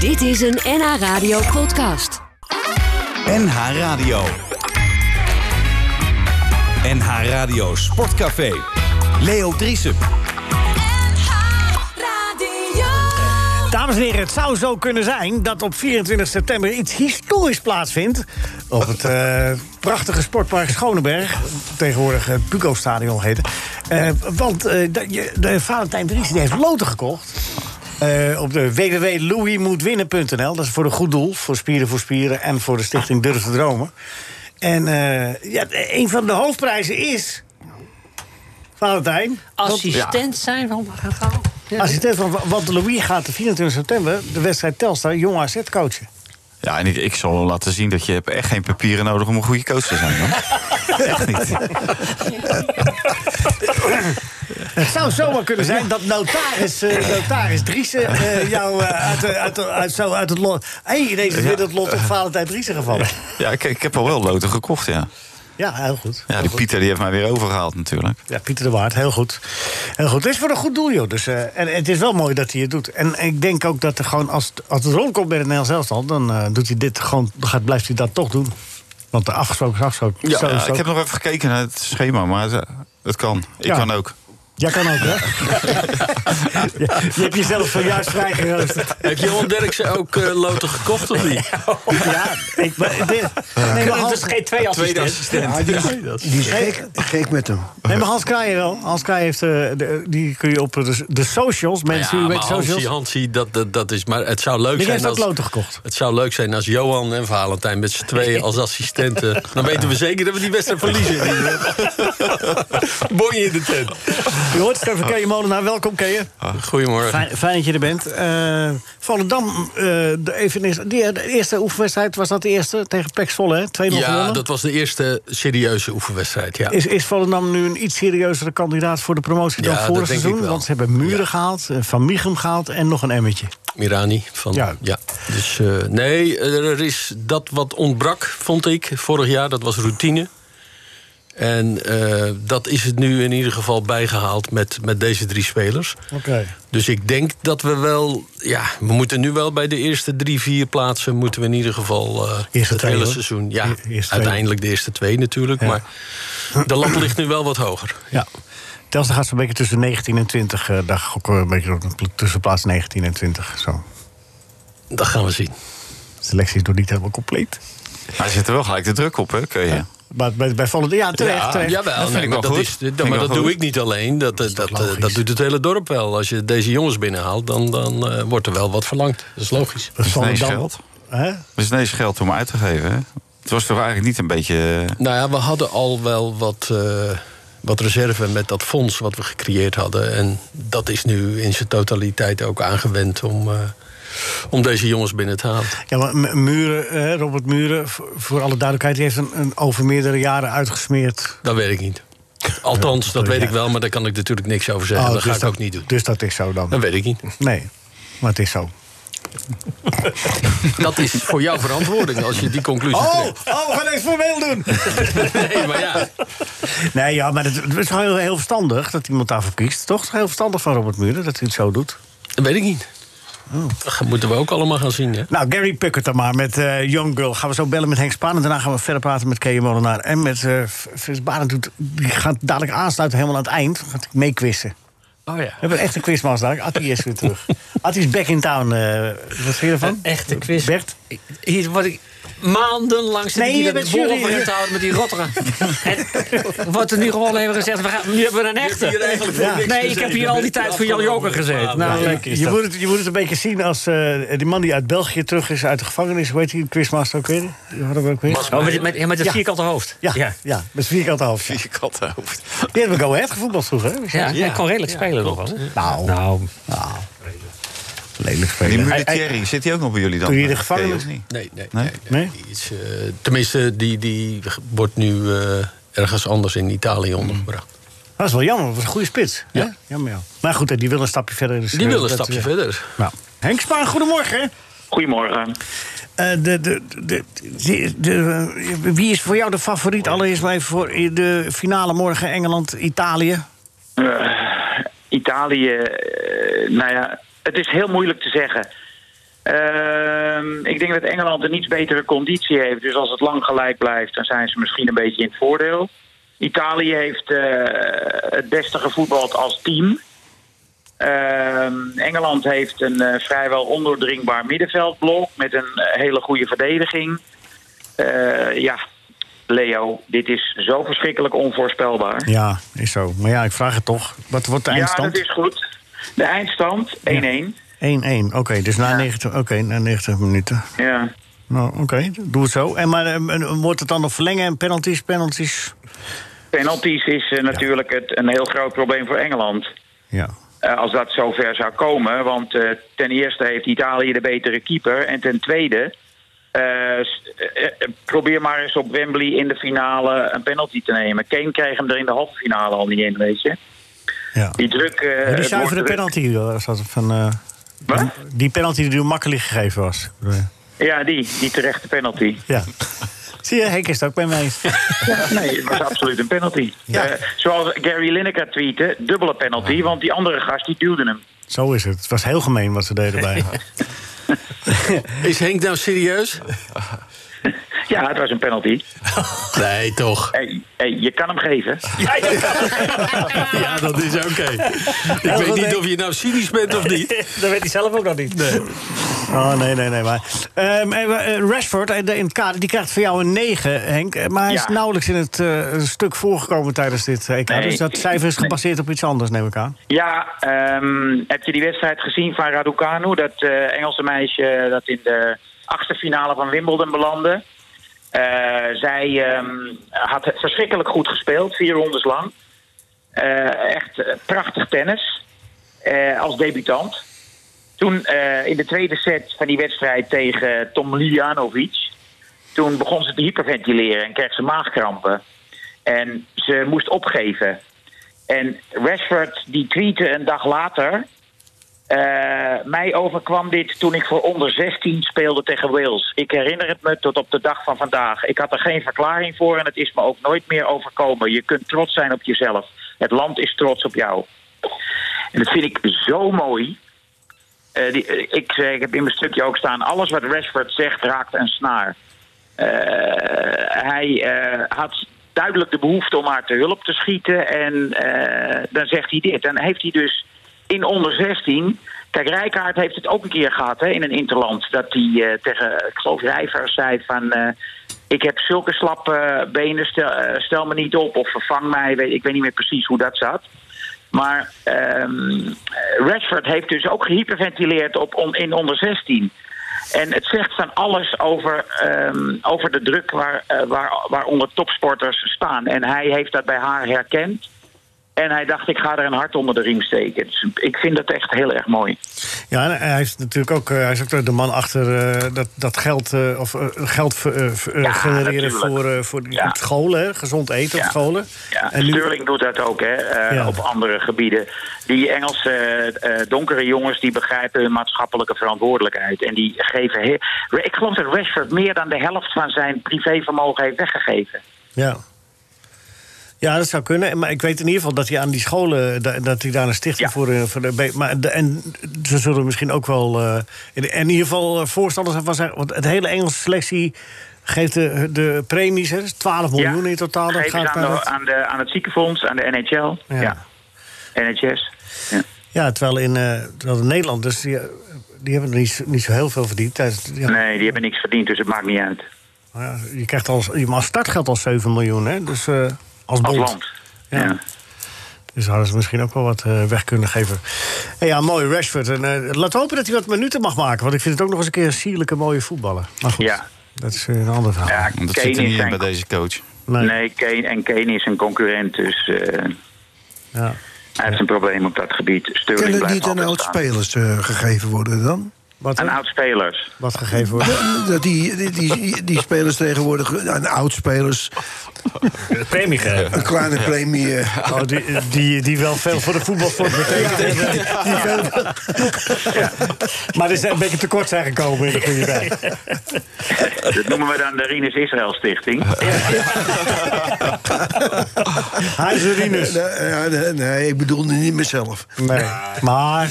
Dit is een NH Radio podcast. NH Radio. NH Radio Sportcafé. Leo Driessen. Dames en heren, het zou zo kunnen zijn dat op 24 september iets historisch plaatsvindt. Op het eh, prachtige sportpark Schoneberg. Tegenwoordig het Buco Stadion heet. het. Eh, want eh, dat je- de Valentijn Dries die heeft loten gekocht. Eh, op de www.louismoetwinnen.nl. Dat is voor een goed doel. Voor Spieren voor Spieren en voor de stichting Durf te Dromen. En eh, ja, een van de hoofdprijzen is... Valentijn. Assistent zijn van Gaal. Assistent van, want Louis gaat de 24 september de wedstrijd Telstar jong AZ coachen. Ja, en ik, ik zal wel laten zien dat je hebt echt geen papieren nodig om een goede coach te zijn. Hoor. echt niet. Het zou zomaar kunnen zijn dat notaris, eh, notaris Driessen eh, jou eh, uit, de- uit, de- uit, zo uit het lot... Hé, hey, ineens is weer dat lot op Valentijn Driessen gevallen. Ja, ik, ik heb al wel loten gekocht, ja. Ja, heel goed. Ja, die Pieter die heeft mij weer overgehaald natuurlijk. Ja, Pieter de Waard, heel goed. Heel goed. Het is voor een goed doel, joh. Dus, eh, en het is wel mooi dat hij het doet. En ik denk ook dat er gewoon, als, het- als het rondkomt bij het Nederlands elftal... dan eh, doet hij dit gewoon, dan gaat, blijft hij dat toch doen. Want de afgesproken is afgesproken. Ja, Zo is het ik ook. heb nog even gekeken naar het schema, maar het, het kan. Ik Ja. kan ook. Jij kan ook, hè? je hebt jezelf zojuist vrijgeroosterd. Heeft Johan Derksen ook eh, loten gekocht of niet? Ja, dus ik ben... dit- Nee, maar Hans, twee Tweede assistent. dus- Die is gek, gek met hem. nee, maar Hans Kraaij wel. Hans Kraaij heeft... eh, de- die kun je op de, de socials, mensen die Ja, u maar weet socials... Hansie, Hansie, dat, dat, dat is... Maar het zou leuk Die zijn heeft ook als... loten gekocht. Het zou leuk zijn als Johan en Valentijn met z'n tweeën als assistenten... Dan weten we zeker dat we die wedstrijd verliezen. Bonje in de tent. Je hoort het even, Keeën Molenaar. Welkom, Keeën. Goedemorgen. Fijn, fijn dat je er bent. Eh Volendam, eh, de, even, eerst- die, de eerste oefenwedstrijd, was dat de eerste? Tegen Pek Zwolle, hè? 2-0 Ja, gewonnen. dat was de eerste serieuze oefenwedstrijd, ja. Is, is Volendam nu een iets serieuzere kandidaat voor de promotie dan Ja, vorig dat denk ik seizoen? wel. Want ze hebben Muren Ja. gehaald, eh, Van Michum gehaald en nog een emmetje. Mirani. Van, Ja. ja. Dus eh, nee, er is dat wat ontbrak, vond ik, vorig jaar. Dat was routine. En eh, dat is het nu in ieder geval bijgehaald met, met deze drie spelers. Oké. Dus ik denk dat we wel... Ja, we moeten nu wel bij de eerste drie, vier plaatsen... moeten we in ieder geval eh, Eerste het twee, hele hoor. seizoen... Ja, E- eerste twee. uiteindelijk de eerste twee natuurlijk. Maar de lat ligt nu wel wat hoger. Ja. Telstra gaat zo'n beetje tussen 19 en 20. eh, daar gok ik een beetje op, tussen plaats 19 en 20. Zo. Dat gaan we zien. De selectie is nog niet helemaal compleet. Hij zit er wel gelijk de druk op, hè? Kun je. Maar bij, bij Volendam, ja, terecht. terecht. Jawel, Dat vind nee, ik maar wel dat, goed. is- Vind dat, ik maar wel dat doe goed. ik niet alleen. Dat, dat, dat, eh, logisch? dat doet het hele dorp wel. Als je deze jongens binnenhaalt, dan, dan eh, wordt er wel wat verlangd. Dat is logisch. Dat is ineens Volendam. geld. Hè? Er is ineens geld om uit te geven, hè? Het was toch eigenlijk niet een beetje... eh, Nou ja, we hadden al wel wat, eh, wat reserve met dat fonds wat we gecreëerd hadden. En dat is nu in zijn totaliteit ook aangewend om, eh, om deze jongens binnen te halen. Ja, maar M- Muren, eh, Robert Muren, voor, voor alle duidelijkheid, die heeft een, een over meerdere jaren uitgesmeerd. Dat weet ik niet. Althans, dat weet ja. ik wel, maar daar kan ik natuurlijk niks over zeggen. Oh, dat dus ga ik ook niet doen. Dus dat is zo Dat dan. weet ik niet. Nee, maar het is zo. Dat is voor jouw verantwoording als je die conclusie Oh, trekt. oh we gaan even formeel doen. Nee, maar ja. Nee, ja, maar het, het is heel, heel verstandig dat iemand daarvoor kiest. Toch? Het is Heel verstandig van Robert Muren dat hij het zo doet. Dat weet ik niet. Oh. Dat moeten we ook allemaal gaan zien, hè? Nou, Gary Puckett dan maar met eh, Young Girl. Gaan we zo bellen met Henk Spaan. En daarna gaan we verder praten met Kees Molenaar. En met eh F- Frits Barend. Die gaat dadelijk aansluiten helemaal aan het eind. Dan Gaat hij meequissen. Oh ja. We hebben een echte quizmaas dadelijk. Attie is weer terug. Attie is back in town. eh, wat vind je ervan? echte quiz. Bert? Ik- Hier word ik maandenlang zit Nee, ik hier je met bent de boel jury. over je te houden met die rotteren. en wordt er nu gewoon even gezegd, we gaan, nu hebben we een echte. Nee, ik heb hier al die tijd voor Jan Joker gezeten. Nou, Ja, je, moet het, je moet het een beetje zien als eh, die man die uit België terug is uit de gevangenis. Hoe heet die quizmaster ook weer? Die hadden we ook weer? Oh, met, met, met het Ja. vierkante hoofd. Ja, ja. met z'n vierkante hoofd. eh, Ja. Die hebben we go ahead gevoetbald vroeger. hè? Ja, hij kon redelijk spelen nog wel. Nou, Nou, lelijk Die spelen. Hij- hij- Mulitieri, zit die ook nog bij jullie dan? Toen hij de eh, gevangenis- Kee, of niet? nee, nee, Nee? nee. Nee? Die is, eh, tenminste, die, die wordt nu eh, ergens anders in Hmm. Italië ondergebracht. Dat is wel jammer, dat was een goede spits. hè? Ja. Jammer, ja. Maar goed, hè, die wil een stapje verder. dus, Die eh, wil een dat, stapje eh, verder. Nou. Henk Spaan, goedemorgen. Goedemorgen. Eh, de, de, de, de- de- wie is voor jou de favoriet? Allereerst maar even voor de finale morgen Engeland-Italië. Eh, Italië, eh, nou ja, het is heel moeilijk te zeggen. Eh, ik denk dat Engeland een iets betere conditie heeft. Dus als het lang gelijk blijft, dan zijn ze misschien een beetje in het voordeel. Italië heeft eh, het beste gevoetbald als team. Ehm, Engeland heeft een eh, vrijwel ondoordringbaar middenveldblok met een eh, hele goede verdediging. Eh, ja, Leo, dit is zo verschrikkelijk onvoorspelbaar. Ja, is zo. Maar ja, ik vraag het toch. Wat wordt de Ja, eindstand? dat is goed. De eindstand 1-1. Ja. 1-1. Oké, dus na, 90, oké, na 90 minuten. Nou, oké, doe het zo. En maar eh, wordt het dan nog verlengen en penalties, penalties? Penalties is eh, natuurlijk het, een heel groot probleem voor Engeland. Ja. Eh, als dat zover zou komen. Want eh, ten eerste heeft Italië de betere keeper. En ten tweede, eh, s- eh, eh, probeer maar eens op Wembley in de finale een penalty te nemen. Kane kreeg hem er in de halve finale al niet in, weet je. ja. Die druk... eh, het die wordt zuivere druk. penalty, was dat van, eh, Wat? die penalty die door makkelijk gegeven was. Ja, die. Die terechte penalty. Ja. Zie je, Henk is het ook bij mij eens. Nee, het was absoluut een penalty. Eh, zoals Gary Lineker tweette, dubbele penalty. Want die andere gast, die duwde hem. Zo is het. Het was heel gemeen wat ze deden bij. Is Henk nou serieus? Ja, het was een penalty. Nee, toch? Hey, hey, je kan hem geven. Ja, dat is oké. Ik weet niet of je nou cynisch bent of niet. Dat weet hij zelf ook nog niet. Oh, nee, nee, nee. Maar. Ehm, en we- eh, Rashford eh, de- in het kader, die krijgt van jou een 9, Henk. Eh, Maar hij is Ja. nauwelijks in het eh, stuk voorgekomen tijdens dit EK. Nee, dus dat cijfer is nee. gebaseerd op iets anders, neem ik aan. Ja, ehm, heb je die wedstrijd gezien van Raducanu? Dat eh, Engelse meisje dat in de achtste finale van Wimbledon belandde. Eh, zij ehm, had het verschrikkelijk goed gespeeld, vier rondes lang. Eh, echt eh, prachtig tennis eh, als debutant. Toen eh, in de tweede set van die wedstrijd tegen Tomljanovic... toen begon ze te hyperventileren en kreeg ze maagkrampen. En ze moest opgeven. En Rashford die tweette een dag later... eh, mij overkwam dit toen ik voor onder 16 speelde tegen Wales. Ik herinner het me tot op de dag van vandaag. Ik had er geen verklaring voor en het is me ook nooit meer overkomen. Je kunt trots zijn op jezelf. Het land is trots op jou. En dat vind ik zo mooi. Eh, die, eh, ik, zeg, ik heb in mijn stukje ook staan... alles wat Rashford zegt raakt een snaar. Eh, hij eh, had duidelijk de behoefte om haar te hulp te schieten. En eh, dan zegt hij dit. En heeft hij dus in onder 16... Kijk, Rijkaard heeft het ook een keer gehad hè, in een interland. Dat hij eh, tegen, ik geloof, Rijvers zei van... eh, ik heb zulke slappe benen, stel, eh, stel me niet op of vervang mij. Weet- Ik weet niet meer precies hoe dat zat. Maar ehm, Rashford heeft dus ook gehyperventileerd op on- in onder 16. En het zegt van alles over, ehm, over de druk waar, eh, waar, waaronder topsporters staan. En hij heeft dat bij haar herkend. En hij dacht, ik ga er een hart onder de riem steken. Dus ik vind dat echt heel erg mooi. Ja, en hij is natuurlijk ook, eh, hij is ook de man achter eh, dat, dat geld, eh, of, eh, geld ver- eh, ver- eh, Ja, genereren natuurlijk. voor, eh, voor die- Ja. op scholen, hè? gezond eten Ja. op scholen. Ja, En nu- Sterling doet dat ook, hè, eh, Ja. op andere gebieden. Die Engelse eh, donkere jongens die begrijpen hun maatschappelijke verantwoordelijkheid. En die geven... he- Ik geloof dat Rashford meer dan de helft van zijn privévermogen heeft weggegeven. Ja. Ja, dat zou kunnen. Maar ik weet in ieder geval dat hij aan die scholen... da- dat hij daar een stichting Ja. voor... eh, voor de, be- maar de- en ze zullen misschien ook wel... eh, in, in ieder geval eh, voorstanders van zijn... Want het hele Engelse selectie geeft de, de premies, hè, dus 12 miljoen Ja, in totaal. Dat geef gaat eens aan, naar de, het- aan, de, aan het ziekenfonds, aan de NHL. Ja. Ja. NHS. Ja. Ja, terwijl in, eh, terwijl in Nederland... Dus die, eh, die hebben er niet, zo- niet zo heel veel verdiend. tijdens- ja, Nee, die hebben niks verdiend, dus het maakt niet uit. maar ja, je krijgt als, je mag als startgeld al 7 miljoen, hè? Dus eh, als Als bond. land. Ja. Ja. Dus hadden ze misschien ook wel wat eh, weg kunnen geven. En ja, mooi, Rashford. En, eh, laat hopen dat hij wat minuten mag maken. Want ik vind het ook nog eens een keer een sierlijke mooie voetballer. Maar goed, Ja. dat is eh, een ander verhaal. Ja, Dat Kane zit er is niet in zijn- bij deze coach. Nee, Nee, Kane, en Kane is een concurrent, dus eh, Ja. hij heeft een probleem op dat gebied. Sterling Kan het blijft niet aan altijd staan. oud-spelers eh, gegeven worden dan? Wat, Aan hè? oudspelers. wat gegeven wordt. Dat die, die, die, die spelers tegenwoordig, aan oudspelers, Premie geven. Een kleine premie. eh, Oh, die, die, die wel veel voor de voetbalsport betekent. Die veel- Ja. Maar er zijn een beetje tekort zijn gekomen in de goede tijd. Dat noemen we dan de Rinus Israël Stichting. Hij is Rinus. Nee, nee, nee, ik bedoelde niet mezelf. Nee. Maar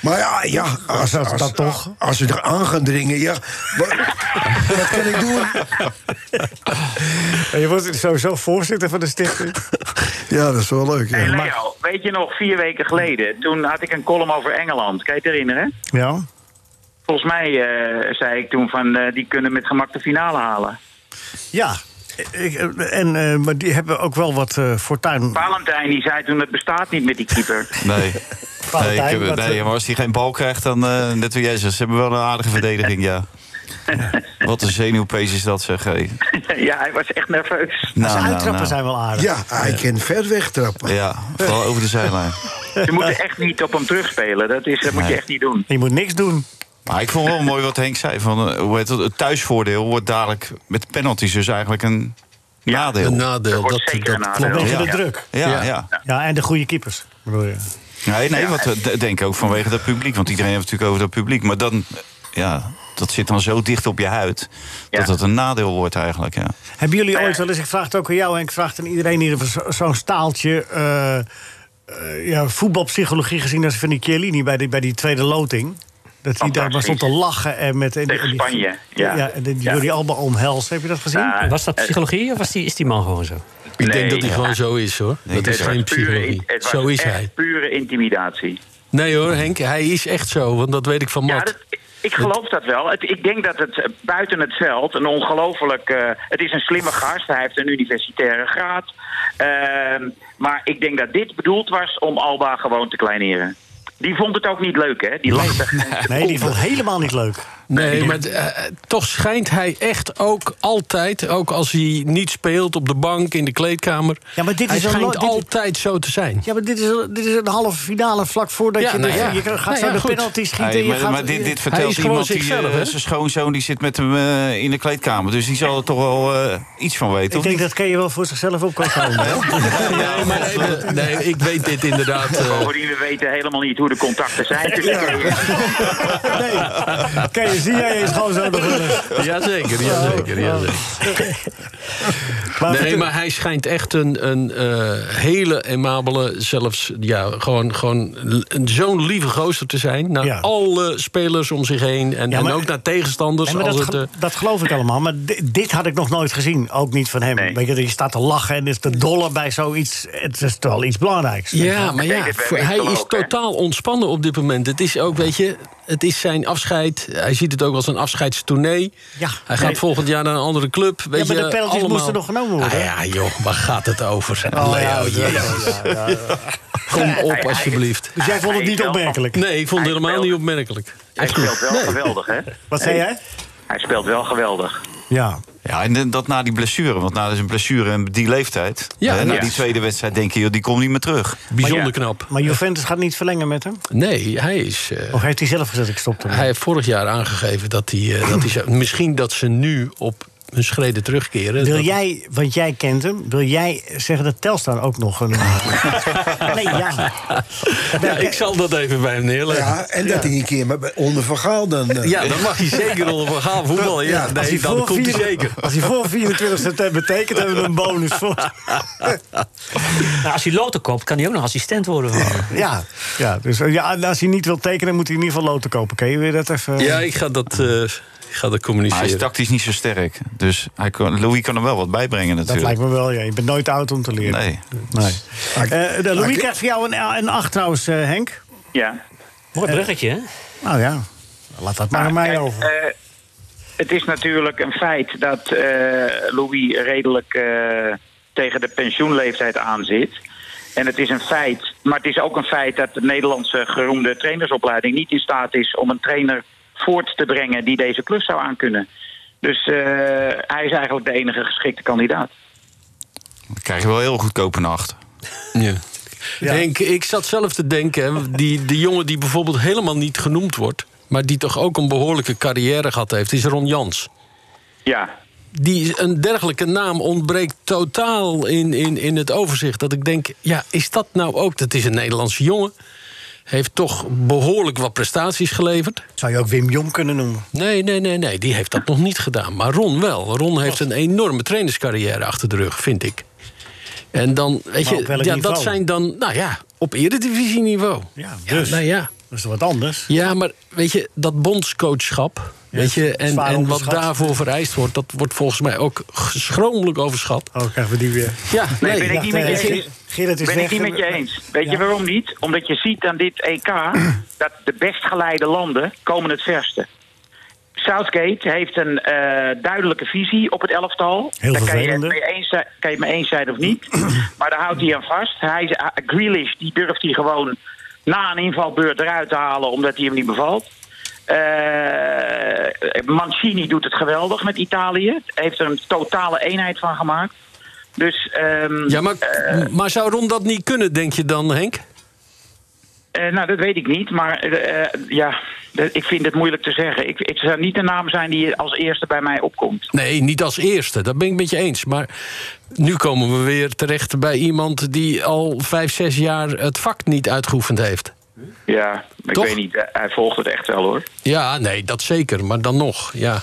Maar ja, ja als, dat- als, dat toch? Als ze er aan gaan dringen, ja. Wat, wat kan ik doen? je wordt sowieso voorzitter van de stichting. Ja, dat is wel leuk. Hey Ja. Leo, weet je nog, vier weken geleden, toen had ik een column over Engeland. Kan je het herinneren? Ja. Volgens mij eh, zei ik toen van, eh, die kunnen met gemak de finale halen. Ja. Ik, eh, en, eh, maar die hebben ook wel wat eh, fortuin. Valentijn die zei toen, het bestaat niet met die keeper. Nee. Nee, ik Valentijn, heb- wat, nee, eh, maar als hij geen bal krijgt, dan eh, net wie jij zegt. Ze hebben wel een aardige verdediging, ja. Wat een zenuwpees is dat, zeg. Hey. ja, hij was echt nerveus. Nou, zijn nou, uittrappen nou. zijn wel aardig. ja, hij kan ver wegtrappen. Ja, vooral over de zijlijn. Ze moeten echt niet op hem terugspelen. Dat, is, dat moet je Nee. echt niet doen. Je moet niks doen. Maar ik vond wel mooi wat Henk zei. Van, eh, hoe heet het, het thuisvoordeel wordt dadelijk met penalties dus eigenlijk een nadeel. Een Er nadeel. wordt Dat, zeker dat een nadeel. klopt. Tegen Ja. de druk. ja, ja. Ja, en de goede keepers. Bedoel je. Nee, nee, wat, eh, d- denk ik ook vanwege dat publiek. Want iedereen heeft het natuurlijk over dat publiek. Maar dan, eh, ja, dat zit dan zo dicht op je huid. Ja. Dat het een nadeel wordt eigenlijk, ja. Hebben jullie Nou ja. ooit wel eens, ik vraag het ook aan jou en ik vraag het aan iedereen hier, zo- zo'n staaltje eh, eh, ja, voetbalpsychologie gezien als van die Chiellini bij die, bij die tweede loting? Dat hij daar maar stond te lachen en met. En Tegen en Spanje, ja. en die Ja. Nou, Jordi Alba omhelst. Heb je dat gezien? Ja, Nou, Was dat het- psychologie of was die, is die man gewoon zo? Ik Nee. denk dat hij gewoon zo is, hoor. Dat is Het was geen pure psychologie. in- het was Zo is echt hij. pure intimidatie. Nee hoor, Henk, hij is echt zo, want dat weet ik van Ja, Matt. dat, ik geloof dat wel. Het, ik denk dat het eh, buiten het veld een ongelooflijk... eh, het is een slimme gast, hij heeft een universitaire graad. Ehm, maar ik denk dat dit bedoeld was om Alba gewoon te kleineren. Die vond het ook niet leuk, hè? Die lastig. nee, die vond ik helemaal niet leuk. Nee, maar eh, toch schijnt hij echt ook altijd, ook als hij niet speelt op de bank, in de kleedkamer. Ja, maar dit hij is een schijnt lo- dit- altijd zo te zijn. Ja, maar dit is, dit is een halve finale vlak voordat Ja, je, nou de- ja. je gaat Nou zo ja, de goed. penalty schieten. Hey, je maar gaat, maar dit, dit Hij is vertelt gewoon iemand die zichzelf, eh, hè? zijn schoonzoon die zit met hem eh, in de kleedkamer. Dus die zal er toch wel eh, iets van weten. ik of denk niet? dat kan je wel voor zichzelf op kan houden. hè? Nee, maar nee, dat- nee, ik weet dit inderdaad. eh, Bovendien, we weten helemaal niet hoe de contacten zijn. Dus tussen de twee. Nee. Kijk, zie jij eens gewoon zo nog wel eens. jazeker, jazeker, jazeker. Maar Nee, maar hij schijnt echt een, een eh, hele emabele, zelfs ja, gewoon, gewoon een- zo'n lieve gozer te zijn. Naar Ja. alle spelers om zich heen en, Ja, maar- en ook naar tegenstanders. Nee, maar als dat, het, ge- eh, dat geloof ik allemaal. Maar di- dit had ik nog nooit gezien. Ook niet van hem. Nee. Weet je, je staat te lachen en is te dollen bij zoiets. Het is toch wel iets belangrijks. Ja, maar Kijk, ja, dit voor- weet hij ik wel is ook, hè. totaal ontspannen op dit moment. Het is ook, weet je, het is zijn afscheid. Hij ziet het ook als een afscheidstournee. Ja. hij gaat Nee. volgend jaar naar een andere club. Weet maar je, de penalties allemaal... moesten nog genomen worden. Ah, ja, joh, waar gaat het over? Oh, Leo, ja, dat- jezus. Kom op, alsjeblieft. Dus jij vond het Hij niet is wel- opmerkelijk. Nee, ik vond het Hij helemaal speelt- niet opmerkelijk. Hij speelt wel geweldig, hè? Wat zei jij? Hij speelt wel geweldig. Ja. Ja, en dat na die blessure. Want na zijn blessure en die leeftijd. Ja, hè, na ja. die tweede wedstrijd denk je, joh, die komt niet meer terug. Bijzonder Maar knap. Maar Juventus gaat niet verlengen met hem? Nee, hij is... eh, Of heeft hij zelf gezegd, ik stop ermee? Hij heeft vorig jaar aangegeven dat hij... eh, dat hij zou- misschien dat ze nu op hun schreden terugkeren. Wil Dat- jij, want jij kent hem, wil jij zeggen dat Telstar ook nog een... nee, ja. Ja, ik zal dat even bij hem neerleggen. Ja, en dat ding een keer maar bij- onder vergaal dan. eh. Ja, dan mag hij zeker onder Van Gaal voetballen. Ja, Ja, nee, dan komt hij vier- zeker. als hij voor 24 september tekent, hebben we er een bonus voor. Nou, als hij loten koopt, kan hij ook nog assistent worden. Van. Ja, ja, dus eh, ja, als hij niet wil tekenen, moet hij in ieder geval loten kopen. Kun je weer dat even... Ja, ik ga dat, eh, ik ga Maar dat hij is communiceren. tactisch niet zo sterk. Dus hij kan, Louis kan hem wel wat bijbrengen Dat natuurlijk. lijkt me wel, ja. Je bent nooit oud om te leren. Nee. nee. Eh, de Louis ik- krijgt voor jou een, een 8 trouwens, eh, Henk. Ja. Mooi bruggetje, hè? Nou ja, laat dat maar aan mij Kijk, over. eh, het is natuurlijk een feit dat eh, Louis redelijk eh, tegen de pensioenleeftijd aan zit. En het is een feit, maar het is ook een feit dat de Nederlandse geroemde trainersopleiding niet in staat is om een trainer voort te brengen die deze klus zou aankunnen. Dus eh, hij is eigenlijk de enige geschikte kandidaat. Dan krijg je wel heel goedkoop een acht. Ja. Henk, ik zat zelf te denken, hè, die, die jongen die bijvoorbeeld helemaal niet genoemd wordt... maar die toch ook een behoorlijke carrière gehad heeft, is Ron Jans. Ja, die, een dergelijke naam ontbreekt totaal in, in, in het overzicht. Dat ik denk, ja, is dat nou ook? Dat is een Nederlandse jongen. Heeft toch behoorlijk wat prestaties geleverd. Zou je ook Wim Jong kunnen noemen? Nee, nee, nee, nee, die heeft dat nog niet gedaan. Maar Ron wel. Ron heeft een enorme trainerscarrière achter de rug, vind ik. En dan, weet Maar op je, welk ja, dat niveau? zijn dan, nou ja, op eredivisieniveau. Ja, dus. nou ja. Dat is toch wat anders? Ja, maar weet je, dat bondscoachschap. weet je, en, zwaar en wat onderschat. daarvoor vereist wordt, dat wordt volgens mij ook schromelijk overschat. Oh, krijgen we die weer. Ja, Nee, nee. ben ik niet met je eens. eh, Gerrit is ben weg. ik niet met je eens. Weet Ja. je waarom niet? Omdat je ziet aan dit EK dat de best geleide landen komen het verste. Southgate heeft een eh, duidelijke visie op het elftal. Heel Daar kan je, vervelende. kan, je eens, zijn- kan je het mee eens zijn of niet. maar daar houdt hij aan vast. Hij, is- ah, Grealish die durft hij gewoon na een invalbeurt eruit te halen... omdat hij hem niet bevalt. Eh, Mancini doet het geweldig met Italië. Heeft er een totale eenheid van gemaakt. Dus, ehm, Ja, maar, maar zou Ron dat niet kunnen, denk je dan, Henk? Eh, nou, dat weet ik niet, maar eh, eh, ja, dat- ik vind het moeilijk te zeggen. Ik, het zou niet de naam zijn die als eerste bij mij opkomt. Nee, niet als eerste. Dat ben ik met je eens. Maar nu komen we weer terecht bij iemand die al vijf, zes jaar het vak niet uitgeoefend heeft. Ja, ik Toch? weet niet. eh, Hij volgt het echt wel, hoor. Ja, nee, dat zeker. Maar dan nog, ja.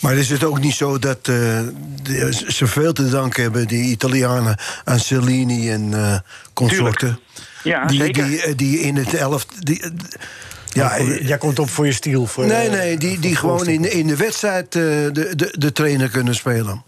Maar is het ook niet zo dat eh, de- ze veel te danken hebben, die Italianen, aan Cellini en eh, consorten? Ja, die, zeker. die, eh, die in het elf. Die, eh, ja, eh, Jij komt op voor je stiel. Voor, nee, eh, nee, die, die gewoon in, in de wedstrijd eh, de, de, de trainer kunnen spelen.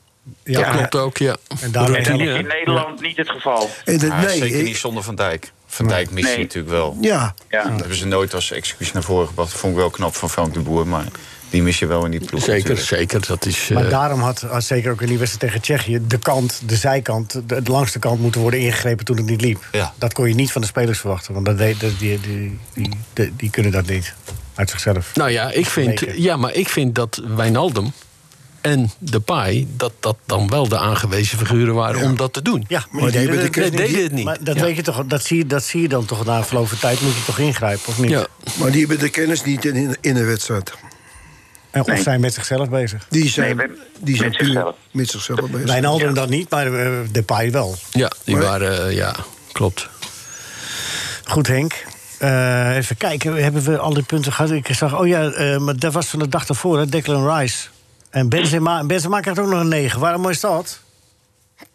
Ja, Dat klopt ook, ja. En daarmee- En dat Routine, is hè? in Nederland niet het geval. En dat- Ah, Maar nee, Ah, zeker eh, niet zonder Van Dijk. Van Dijk mist hij Nee. natuurlijk wel. ja. Ja. Dat hebben ze nooit als excuus naar voren gebracht. Vond ik wel knap van Frank de Boer, maar die mis je wel in die ploeg. Zeker, natuurlijk. zeker. Dat is, Maar eh, daarom had, had zeker ook in die wedstrijd tegen Tsjechië de kant, de zijkant, de, de langste kant moeten worden ingegrepen toen het niet liep. Ja. Dat kon je niet van de spelers verwachten, want dat deed, dat- die, die, die, die, die kunnen dat niet uit zichzelf. Nou ja, ik vind, Zeker. ja, maar ik vind dat Wijnaldum en Depay... dat dat dan wel de aangewezen figuren waren om dat te doen. Ja, maar die hebben de dat- keuze dat- niet. deden het Maar niet. dat, Ja. weet je toch, dat, zie, je- dat zie je dan toch na verloop van tijd, moet je toch ingrijpen of niet? Ja. Maar die hebben de kennis niet in- in, in de wedstrijd. En of Nee. zijn met zichzelf bezig. Die zijn, Nee, met- die zijn met puur zichzelf. met zichzelf bezig. Wijnaldum dan niet, maar eh, Depay wel. ja die Maar- waren... eh, ja, klopt. Goed, Henk. Eh, even kijken, hebben we al die punten gehad? Ik zag, oh ja, eh, maar dat was van de dag daarvoor, hè, Declan Rice. En Benzema, en Benzema krijgt ook nog een 9. Waarom is dat?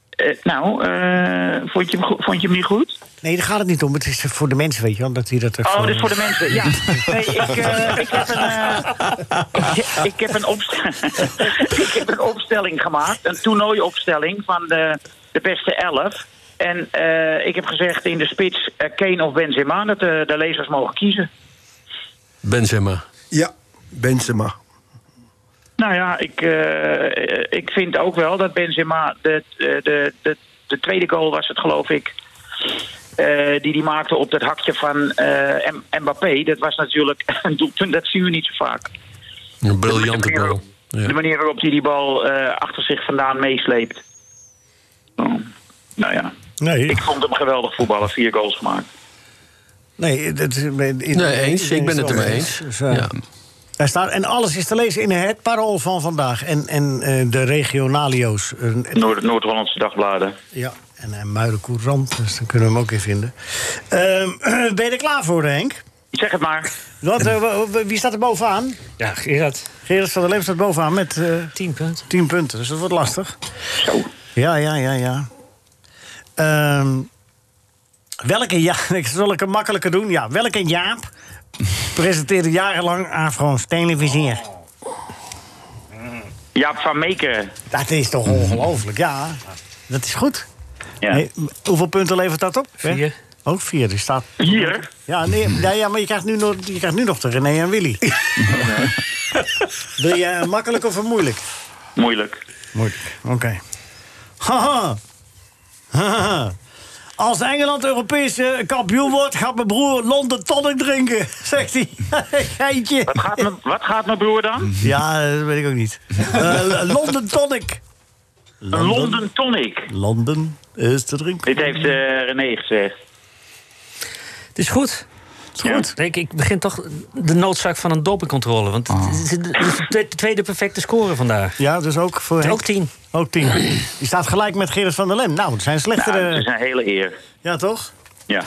Eh, nou, eh, vond, je hem go- vond je hem niet goed? Nee, daar gaat het niet om. Het is voor de mensen, weet je wel. Dat hij dat Oh, dit is voor de mensen. Ja. Nee, ik, eh, ik, heb een, eh, ik, ik heb een opst- ik heb een opstelling gemaakt. Een toernooiopstelling van de, de beste elf. En eh, ik heb gezegd in de spits eh, Kane of Benzema... dat eh, de, de lezers mogen kiezen. Benzema. Ja, Benzema. Nou ja, ik, eh, eh, ik vind ook wel dat Benzema... De, eh, de, de, de tweede goal was het, geloof ik... eh, die die maakte op dat hakje van eh, M- Mbappé. Dat was natuurlijk een doelpunt, dat zien we niet zo vaak. Een briljante De manier goal. waarop- Ja. De manier waarop hij die bal eh, achter zich vandaan meesleept. Oh, nou ja, Nee, ik vond hem geweldig voetballen. Vier goals gemaakt. nee, dat is, nee eens. Ik ben het ermee eens. eh, Ja. Daar staat, en alles is te lezen in het parool van vandaag. En, en eh, de regionalio's. Eh, Noord- Noord-Hollandse dagbladen. ja, en uh, Muidencourant, dus dan kunnen we hem ook weer vinden. Ehm, ben je er klaar voor, Henk? Zeg het maar. Wat, eh, wa- wa- wie staat er bovenaan? Ja, Gerard, Gerrit van der Leem staat bovenaan met eh 10 punten. 10 punten. Dus dat wordt lastig. Zo. Ja, ja, ja, ja. Ehm, welke ja, ik zal ik een makkelijke doen. Ja, welke Jaap presenteerde jarenlang Afro's televisie? Jaap van Meekeren. Dat is toch ongelooflijk, ja. Dat is goed. Ja. Hey, m- hoeveel punten levert dat op? Vier. Ook vier, die staat. Hier. Ja, nee, ja, ja maar je krijgt, nu nog, je krijgt nu nog de René en Willy. Wil je eh, makkelijk of een moeilijk? Moeilijk. Moeilijk. Oké. Haha. Haha. Als Engeland Europese kampioen wordt, gaat mijn broer Londen tonic drinken, zegt hij. Geintje. Wat gaat, mijn- wat gaat mijn broer dan? Ja, dat weet ik ook niet. Eh, Londen tonic. Een London tonic. Londen is te drinken. Dit heeft eh, René gezegd. Het is goed. is goed. Ik, ik begin toch de noodzaak van een dopingcontrole. Want Ah. het is de- het is de twe- tweede perfecte score vandaag. Ja, dus ook voor Henk. Ook tien. Ook tien. Die staat gelijk met Gerrit van der Lem. Nou, het zijn Nou, slechtere... het is een hele eer. Ja, toch? Ja.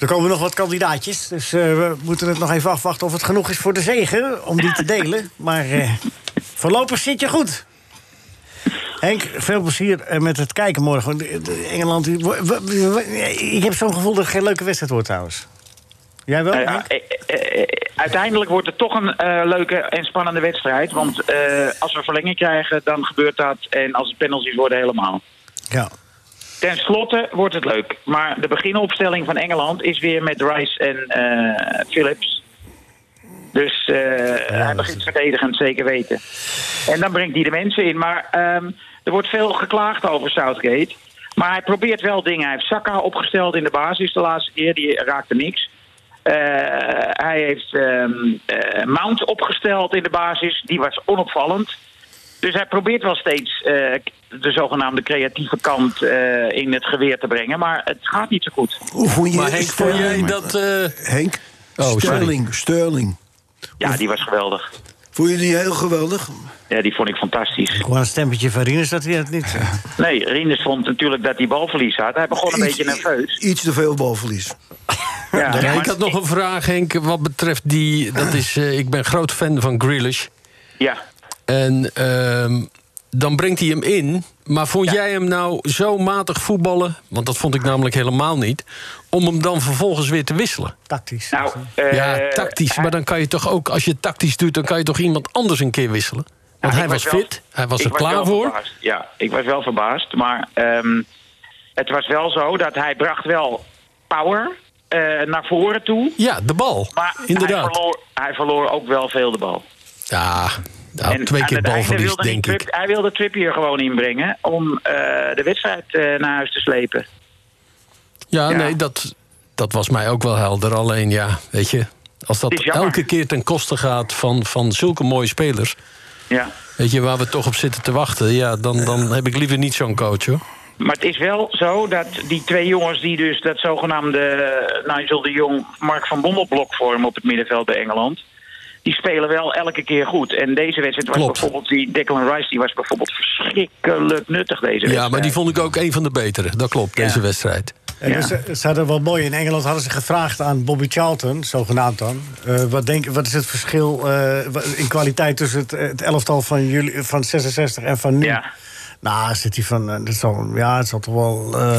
Er komen nog wat kandidaatjes. Dus eh, we moeten het nog even afwachten of het genoeg is voor de zegen om die te delen. Maar eh, voorlopig zit je goed. Henk, veel plezier eh, met het kijken morgen. De- de- Engeland. die- wo- wo- wo- Ik heb zo'n gevoel dat het geen leuke wedstrijd wordt trouwens. Jij wel? Nou Henk? ja, eh, eh, eh, uiteindelijk wordt het toch een eh, leuke en spannende wedstrijd. Want eh, als we verlenging krijgen, dan gebeurt dat. En als het penalties worden, helemaal. ja. Ten slotte wordt het leuk. Maar de beginopstelling van Engeland is weer met Rice en eh, Phillips. Dus eh, hij begint verdedigend, zeker weten. En dan brengt hij de mensen in. Maar ehm, er wordt veel geklaagd over Southgate. Maar hij probeert wel dingen. Hij heeft Saka opgesteld in de basis de laatste keer. Die raakte niks. Eh, hij heeft ehm, eh, Mount opgesteld in de basis. Die was onopvallend. Dus hij probeert wel steeds eh, de zogenaamde creatieve kant eh, in het geweer te brengen. Maar het gaat niet zo goed. Hoe vond je Maar Henk, vond jij Sterling? dat... eh, Henk? Oh, sorry. Sterling, Sterling. Ja, die was geweldig. Vond je die heel geweldig? Ja, die vond ik fantastisch. Gewoon een stempetje van Rinus dat hij dat niet Nee, Rinus vond natuurlijk dat hij balverlies had. Hij begon een beetje nerveus. Iets te veel balverlies. Ja, Ja, maar- ik had nog een vraag, Henk, wat betreft die... Dat is, eh, ik ben groot fan van Grealish. ja. En ehm, dan brengt hij hem in. Maar vond jij hem nou zo matig voetballen... want dat vond ik namelijk helemaal niet... om hem dan vervolgens weer te wisselen? tactisch. Nou, eh, ja, tactisch. hij- Maar dan kan je toch ook, als je het tactisch doet... dan kan je toch iemand anders een keer wisselen? Want Ja, hij ik was, wel- fit, hij was ik er klaar wel voor. verbaasd. Ja, ik was wel verbaasd. Maar ehm, het was wel zo dat hij bracht wel power eh, naar voren toe. Ja, de bal. Maar Inderdaad. Hij, verloor, hij verloor ook wel veel de bal. Ja, nou, twee aan keer het einde balverlies, wilde hij denk Trip- ik. Hij wilde Trippier gewoon inbrengen om eh, de wedstrijd eh, naar huis te slepen. Ja, Ja. nee, dat, dat was mij ook wel helder. Alleen ja, weet je, als dat Het is jammer. elke keer ten koste gaat van, van zulke mooie spelers, Ja. weet je, waar we toch op zitten te wachten, ja, dan, dan heb ik liever niet zo'n coach hoor. Maar het is wel zo dat die twee jongens die dus dat zogenaamde eh, Nigel de Jong, Mark van Bommel blok vormen op het middenveld bij Engeland. Die spelen wel elke keer goed. En deze wedstrijd was Klopt. bijvoorbeeld die Declan Rice, die was bijvoorbeeld verschrikkelijk nuttig deze wedstrijd. Ja, maar die vond ik ook een van de betere. Dat klopt, deze wedstrijd. En Ja. dus, eh, ze hadden wel mooi. In Engeland hadden ze gevraagd aan Bobby Charlton, zogenaamd dan. eh, wat, denk, wat is het verschil eh, wa- in kwaliteit tussen het, het elftal van, jullie, van 66 en van nu? Ja. Nou, zit hij van. eh, dat zal, ja, het zal toch wel. eh,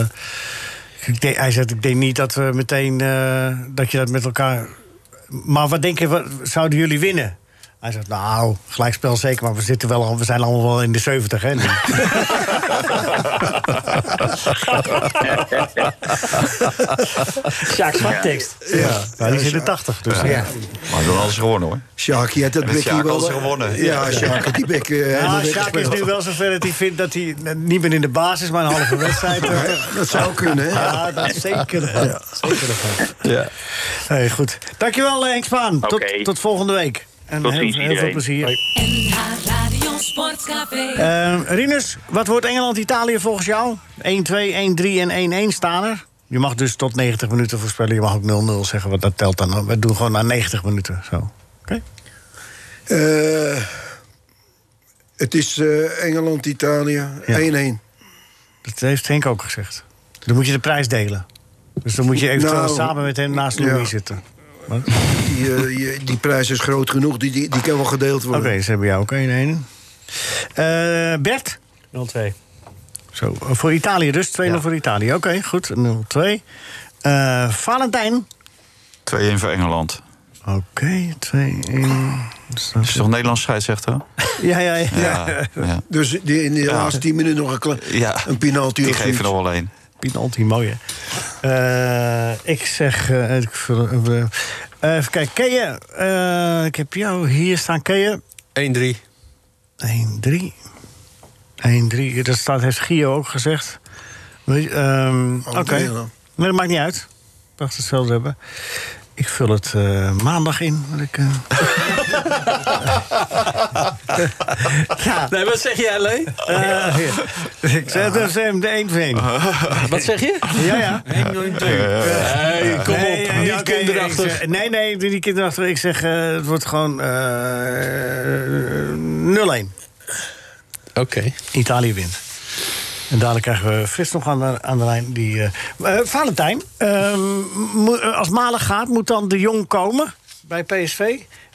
ik denk, hij zegt: Ik denk niet dat we meteen. eh, dat je dat met elkaar. Maar wat denk je, wat, zouden jullie winnen? Hij zegt, nou, gelijkspel zeker, maar we, zitten wel, al- we zijn allemaal wel in de 70, hè? nu." Sjaak Zwarttekst. Ja. Nou, die zit in de 80, dus ja. Maar dan alles gewonnen hoor. Sjaak, je had dat Met bekje Sjaak wel... hadden ze gewonnen. Ja, Sjaak had die bek eh, helemaal Ja, Sjaak is weggespeeld. nu wel zover dat hij vindt dat hij eh, niet meer in de basis, maar een halve wedstrijd. eh, Dat zou kunnen, hè? Ja, dat is zeker. Ja. Zeker ervan. Ja. Hey, goed. Dankjewel, eh, Henk Spaan. Tot, Oké. tot volgende week. En Tot heel, ziens, heel veel iedereen. plezier. NH Radio Sportcafé. Eh, Rinus, wat wordt Engeland-Italië volgens jou? 1, 2, 1, 3 en 1, 1 staan er. Je mag dus tot 90 minuten voorspellen. Je mag ook 0-0 zeggen, want dat telt dan. We doen gewoon na 90 minuten. Zo. Oké. Eh, het is eh, Engeland-Italië 1-1. Ja. Dat heeft Henk ook gezegd. Dan moet je de prijs delen. Dus dan moet je eventueel Nou, samen met hem naast Louis ja. zitten. Die, eh, je- die prijs is groot genoeg, die, die, die kan wel gedeeld Oké, worden. ze hebben jou ook één één. Eh, Bert? 0-2. Zo, voor Italië dus. 2-0 voor Italië. Oké, goed. 0-2. Eh, Valentijn? 2-1 voor Engeland. Oké, 2-1. Is toch een Nederlands scheidsrechter? Ja, ja, ja. Ja. ja. Dus die, in de laatste 10 minuten nog een, kle- Ja. een penalty Die of geven zoiets. er wel een. Penalty, mooi hè. Eh, ik zeg... eh, ik vul- eh, eh, even kijken, Keeën. eh, ik heb jou hier staan, Keeën. 1-3. 1-3. 1-3. Dat staat, heeft Gio ook gezegd. Weet je, ehm, Oké. Oh, nee, dan. Nee, dat maakt niet uit. Ik dacht hetzelfde hebben. Ik vul het eh, maandag in. want Ik, eh, Ja, Nee, wat zeg jij, Lee? eh, ik zeg dat is hem de 1 voor 1. Wat zeg je? Ja, ja. Nee, kom op. Nee, ja, ja, niet oké, kinderachtig. ik zeg- nee, nee, die kinderachtig. Ik zeg, eh, het wordt gewoon eh 0-1. Oké. Italië wint. En dadelijk krijgen we Frits nog aan de, aan de lijn. Die, eh, eh, Valentijn, ehm, mo- eh, als Malen gaat, moet dan de Jong komen bij PSV?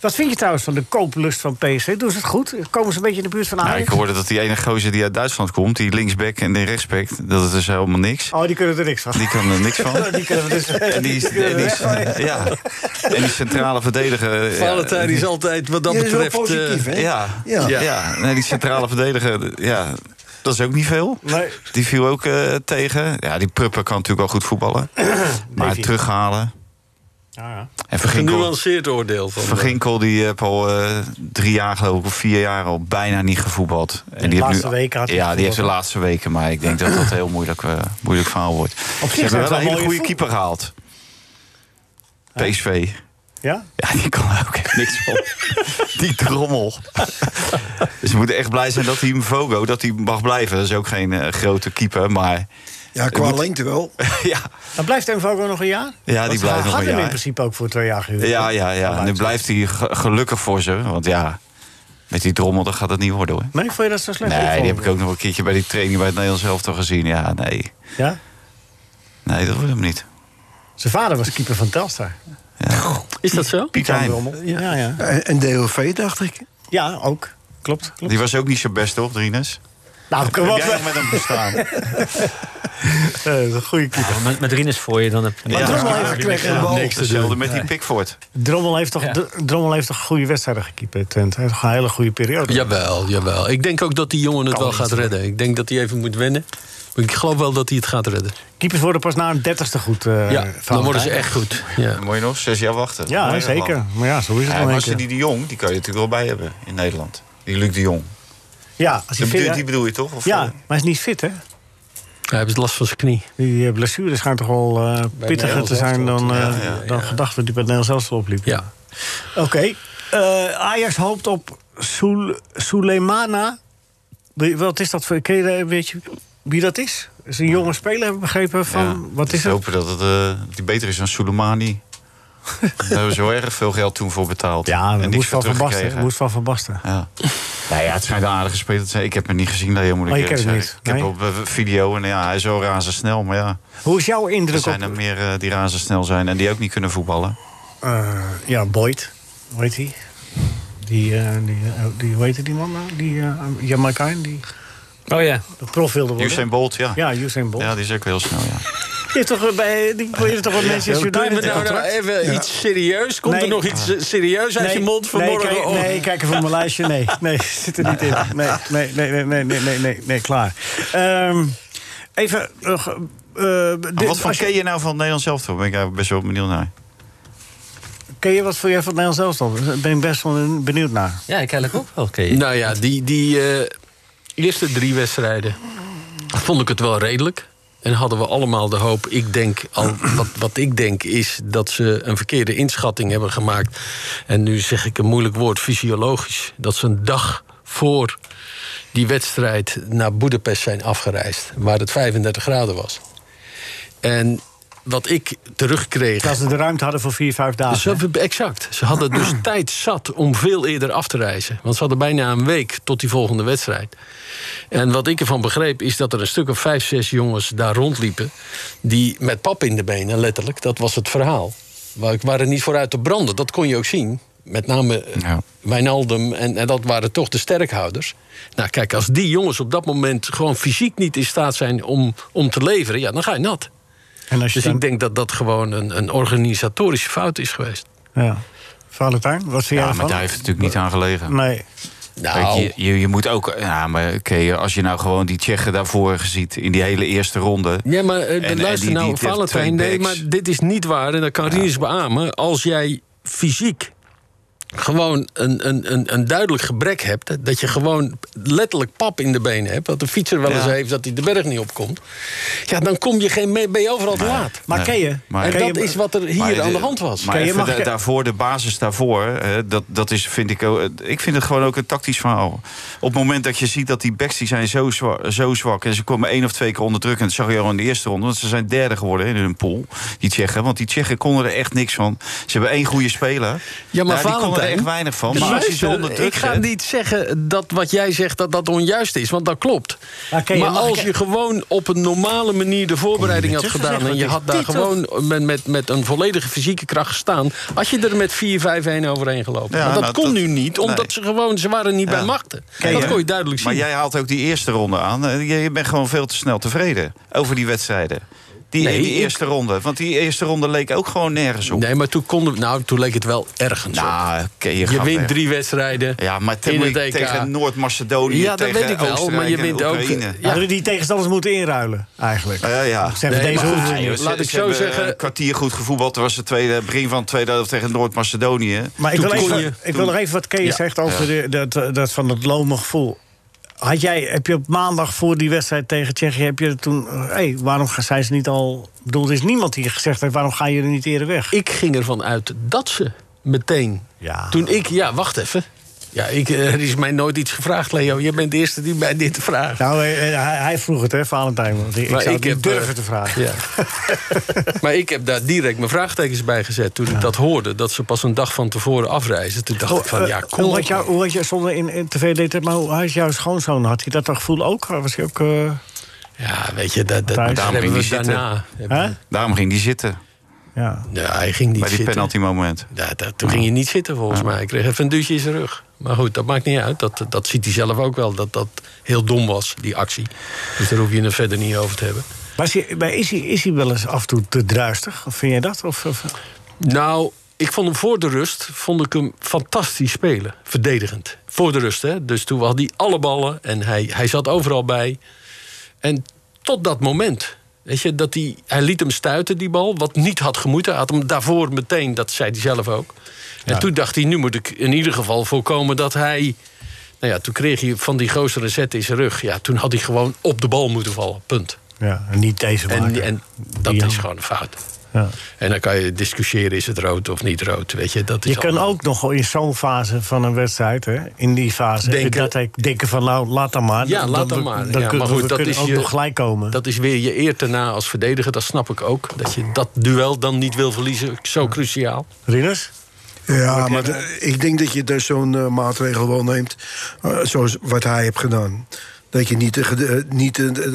Wat vind je trouwens van de kooplust van PSV? Doen ze het goed? Komen ze een beetje in de buurt van Nou, Ajax? ik hoorde dat die ene gozer die uit Duitsland komt, die linksback en die rechtsback, dat is dus helemaal niks. Oh, die kunnen er niks van. Die kan er niks van. Die kunnen we dus- En die, is, en, die is- ja. en die centrale verdediger. eh, Valentijn ja, is altijd wat dat Die is wel betreft... eh, positief, hè? Ja, Ja. ja. ja. Nee, die centrale verdediger, ja, dat is ook niet veel. Nee. Die viel ook eh, tegen. Ja, die Prupper kan natuurlijk wel goed voetballen. maar terughalen. En Van Ginkel, genuanceerd oordeel van... Van Ginkel die heeft al eh, drie jaar geloof ik, of vier jaar al bijna niet gevoetbald. En die heeft laatste weken had hij Ja, die heeft de gevoetbald. laatste weken. Maar ik denk dat dat een heel moeilijk, eh, moeilijk verhaal wordt. Ze zijn het hebben wel wel een hele mooie goede voet- keeper gehaald. PSV. Ja? Ja, die kan er ook echt niks op. Die drommel. dus we moeten echt blij zijn dat hij Vogo dat hij mag blijven. Dat is ook geen eh, grote keeper, maar Ja, qua lengte wel. ja, Dan blijft Envogo nog een jaar? ja die Want ze blijft nog hadden een hem in jaar. principe ook voor twee jaar gehuurd. Ja, hè? ja, ja. En nu blijft hij ge- gelukkig voor ze. Want ja, met die drommel dan gaat het niet worden hoor. Nee, vond je dat zo slecht? Nee, die heb ik vond- ook nog een keertje bij die training bij het Nederlands elftal gezien. Ja, nee. Ja? Nee, dat wordt hem niet. Zijn vader was keeper van Telstar. Is dat zo? Pieter Hein, Drommel. Ja, ja. En en DOV, dacht ik. Ja, ook. Klopt, klopt. Die was ook niet zo best, toch, Drines? Nou, kom Heb op. jij nog met hem bestaan? Eh, een goede keeper. Met, met Rinus voor je dan heb je Ja. niks. Drommel heeft, Kwek en bal. Niks hetzelfde met die Pickford. Drommel heeft toch, Ja. D- Drommel heeft toch goede wedstrijden gekiept, Twente. Hij heeft toch een hele goede periode. Jawel, jawel. Ik denk ook dat die jongen het Kan wel niet. gaat redden. Ik denk dat hij even moet wennen. Maar ik geloof wel dat hij het gaat redden. Keepers worden pas na een dertigste goed. eh, ja, dan Valentijn. worden ze echt goed. Ja. Dan moet je nog zes jaar wachten. Ja, Mooi zeker. gedaan. Maar ja, zo is het Ja, dan maar een als je keer. die Eh, de Jong, die kan je natuurlijk wel bij hebben in Nederland. Die Luc de Jong. Ja, als Die hij fit bedoel, ja, die bedoel je toch? Of, ja, eh, maar hij is niet fit, hè? Hij heeft last van zijn knie. Die eh, blessures gaan toch wel eh, pittiger Nederland te zijn zelf dan, eh Ja, ja, dan gedacht dat die bij Nederland zelfs wel opliep. Ja. Oké. eh, Ajax hoopt op Soul, Suleimana. Wie- Wat is dat voor... Ken je, daar- weet je wie dat is? Is een jonge speler, heb ik begrepen. Van, ja. wat Dus is het? hopen dat het eh, dat die beter is dan Soleimani. Daar hebben we zo erg veel geld toen voor betaald. Ja, en dat moest niks van voor verbasten. teruggekregen. Moest van verbasten. Ja. Nou ja, het schijnt een aardige speler te zijn. Ik heb hem niet gezien, dat moet ik Oh, je eerlijk kent hem zeggen. niet, Ik heb hem op eh, video en ja, hij is wel razendsnel. Maar ja, Hoe is jouw er indruk op... zijn er meer eh, die razendsnel zijn en die ook niet kunnen voetballen. eh, ja, Boyd. Hoe heet die? Die, eh die, eh, die, hoe heette die man nou? Die eh, Jamaicaan, die Oh ja. de prof wilde worden. Usain Bolt, ja. ja. Ja, Usain Bolt. die is ook heel snel, ja. Die heeft toch eh, bij... Die probeerde toch wat mensen in Doe je met United nou, contract? nou even iets serieus? Komt Nee. er nog iets eh, serieus uit je mond vanmorgen? Nee, kijk, Oh. nee, kijk even op mijn lijstje. Nee, nee, zit er niet in. Nee, nee, nee, nee, nee, nee, nee, nee, nee klaar. Ehm, even... eh, ge- eh, Maar Ah, dit- wat van als je- ken je nou van Nederland zelf? Daar ben ik eigenlijk best wel benieuwd naar. ken je wat voor jij van het Nederlands elftal? Daar ben ik best wel benieuwd naar. Ja, ik eigenlijk ook wel. Oké. Nou ja, die, die eh, eerste drie wedstrijden vond ik het wel redelijk. En hadden we allemaal de hoop, ik denk, al, wat, wat ik denk is dat ze een verkeerde inschatting hebben gemaakt. En nu zeg ik een moeilijk woord, fysiologisch. Dat ze een dag voor die wedstrijd naar Boedapest zijn afgereisd, waar het 35 graden was. En wat ik terugkreeg. Dat ze de ruimte hadden voor vier, vijf dagen. Dus Ze, exact. Ze hadden dus tijd zat om veel eerder af te reizen. Want ze hadden bijna een week tot die volgende wedstrijd. En wat ik ervan begreep is dat er een stuk of vijf, zes jongens daar rondliepen... die met pap in de benen, letterlijk, dat was het verhaal. Wa- Waren niet vooruit te branden, dat kon je ook zien. Met name eh, Ja. Wijnaldum en, en dat waren toch de sterkhouders. Nou kijk, als die jongens op dat moment gewoon fysiek niet in staat zijn om, om te leveren... ja, dan ga je nat. en als je Dus ik denk dat dat gewoon een, een organisatorische fout is geweest. Ja. Valentijn, wat vind jij Ja, maar ervan? daar heeft het natuurlijk niet aan gelegen. Nee. Kijk, Nou, je, je, je moet ook. Ja, maar oké, als je nou gewoon die Tsjechen daarvoor ziet in die hele eerste ronde. Ja, maar eh, En- en luister die- nou, die heeft Valentijn. twee Nou. Nee, maar backs. dit is niet waar. En dat kan Rinus beamen. Als jij fysiek gewoon een, een, een, een duidelijk gebrek hebt. hè, Dat je gewoon letterlijk pap in de benen hebt. Wat de fietser wel eens heeft dat hij de berg niet opkomt. Ja, dan kom je geen, mee- ben je overal te laat. Maar Nee. ken je? Maar- en ken je- dat is wat er hier Maar aan de de- hand was. Maar Oké, je even mag- da- daarvoor, de basis daarvoor, hè, dat, dat is, vind ik, ook- ik vind het gewoon ook een tactisch verhaal. Op het moment dat je ziet dat die backs die zijn zo, zwa- zo zwak en ze komen één of twee keer onder druk. En dat zag je al in de eerste ronde, want ze zijn derde geworden in hun pool, die Tsjechen. Want die Tsjechen konden er echt niks van. Ze hebben één goede speler. Ja, maar Nou, die konden er Valentijn, echt weinig van. Maar als je ze Dus Luister, onder druk ik ga zet- niet zeggen dat wat jij zegt dat dat onjuist is, want dat klopt. Maar Maar, ken je- mag als ik- je gewoon op een normale manier de voorbereiding had gedaan... en je had daar gewoon met, met, met een volledige fysieke kracht gestaan... had je er met 4-5-1 overheen gelopen. Ja, maar dat nou, kon dat- nu niet, omdat nee. ze gewoon... ze waren niet bij machten. Kijk, dat hè, kon je duidelijk zien. Maar jij haalt ook die eerste ronde aan. Eh, Je, je bent gewoon veel te snel tevreden over die wedstrijden. Die, Nee, die ik- eerste ronde. Want die eerste ronde leek ook gewoon nergens op. Nee, maar toen, konden, we- nou, toen leek het wel ergens op. Nou, oké, je, Je gaat weg. wint drie wedstrijden Ja, maar ten- in moet het je EK. tegen Noord-Macedonië, Ja, dat tegen weet ik wel, Oostenrijk maar je en wint ook- Oekraïne. ja. Hadden we die tegenstanders moeten inruilen, eigenlijk? Eh, ja. Ze hebben Nee, deze maar hoeven ze goed, niet. joh. Laat Ze ik zo hebben eh, zeggen- Een kwartier goed gevoetbald. Dat was de tweede, begin van de tweede helft tegen Noord-Macedonië. Maar ik Toen wil, kon even, je- ik wil nog even wat Kees Ja. zegt over de, dat, dat van dat lome gevoel. Had jij, heb je op maandag voor die wedstrijd tegen Tsjechië... heb je toen, hé, hey, waarom gaan- zijn ze niet al... Ik bedoel, er is niemand die gezegd heeft... waarom gaan jullie niet eerder weg? ik ging ervan uit dat ze meteen. Ja. Toen ik, ja, wacht even. Ja, ik, eh, er is mij nooit iets gevraagd, Leo. Je bent de eerste die mij dit vraagt. Nou, eh, eh, hij, hij vroeg het, hè, Valentijn. Want ik, ik Maar zou ik het niet heb, durven eh, te vragen. Ja. maar ik heb daar direct mijn vraagtekens bij gezet toen ik dat hoorde. Dat ze pas een dag van tevoren afreizen. Toen dacht ik van, eh, ja, kom hoe op. had jou, hoe had jou, zonder in, in tv deed maar hoe had jouw schoonzoon, had hij dat dan gevoel ook? Was hij ook... eh, Ja, weet je, dat, dat, Thuis. daar hebben Daarom we ging die daarna. hè? Daarom ging die zitten. Ja. Ja, hij ging niet bij die zitten. penalty moment. Ja, dat, toen ging hij niet zitten volgens mij. Hij kreeg even een duwtje in zijn rug. Maar goed, dat maakt niet uit. Dat, dat ziet hij zelf ook wel, dat dat heel dom was, die actie. Dus daar hoef je het verder niet over te hebben. Was hij, maar is hij, is hij wel eens af en toe te druistig? Of vind jij dat? Of, of- Nou, ik vond hem voor de rust vond ik hem fantastisch spelen. Verdedigend. Voor de rust, hè. Dus toen had hij alle ballen en hij, hij zat overal bij. En tot dat moment, weet je, dat hij, hij liet hem stuiten, die bal. Wat niet had gemoeid. Hij had hem daarvoor meteen, dat zei hij zelf ook. En toen dacht hij, nu moet ik in ieder geval voorkomen dat hij... Nou ja, toen kreeg hij van die gozer een zet in zijn rug. Ja, toen had hij gewoon op de bal moeten vallen. Punt. ja, en niet deze maken. En, en dat Ja. is gewoon een fout. Ja. En dan kan je discussiëren, is het rood of niet rood? Weet je, dat is Je kan allemaal- ook nog in zo'n fase van een wedstrijd, hè, in die fase, Denken- dat hij denken van nou, laat dan maar. Ja, Dan- laat dan- dan maar. Dan Ja, kunnen maar goed, we dat kunnen is ook je- nog gelijk komen. Dat is weer je eer daarna als verdediger, dat snap ik ook. Dat je dat duel dan niet wil verliezen, zo cruciaal. Rinus? Ja, maar de- ik denk dat je dus zo'n eh, maatregel wel neemt, eh, zoals wat hij heeft gedaan. Dat je niet de, gede- niet de, de-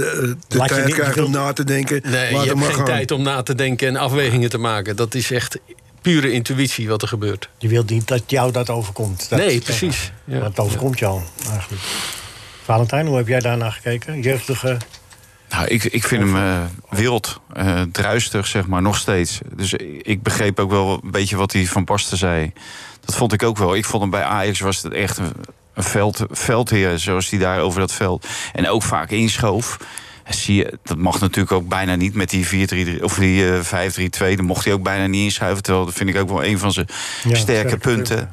de Laat je tijd niet- je krijgt wilt- om na te denken. Nee, laat je hem hebt maar geen gaan. tijd om na te denken en afwegingen te maken. Dat is echt pure intuïtie wat er gebeurt. Je wilt niet dat jou dat overkomt. Dat- Nee, precies. Ja, Ja. Dat overkomt jou eigenlijk. Valentijn, hoe heb jij daarna gekeken? Jeugdige. Nou, ik, ik vind hem eh, wild, eh, druistig, zeg maar, nog steeds. Dus ik begreep ook wel een beetje wat hij van Basten zei. Dat vond ik ook wel. Ik vond hem bij Ajax was het echt een, een veld, veldheer, zoals hij daar over dat veld. En ook vaak inschoof. En Zie je, dat mag natuurlijk ook bijna niet met die 4-3-3 of die eh 5-3-2. Dan mocht hij ook bijna niet inschuiven. Terwijl dat vind ik ook wel een van zijn sterke, sterke punten.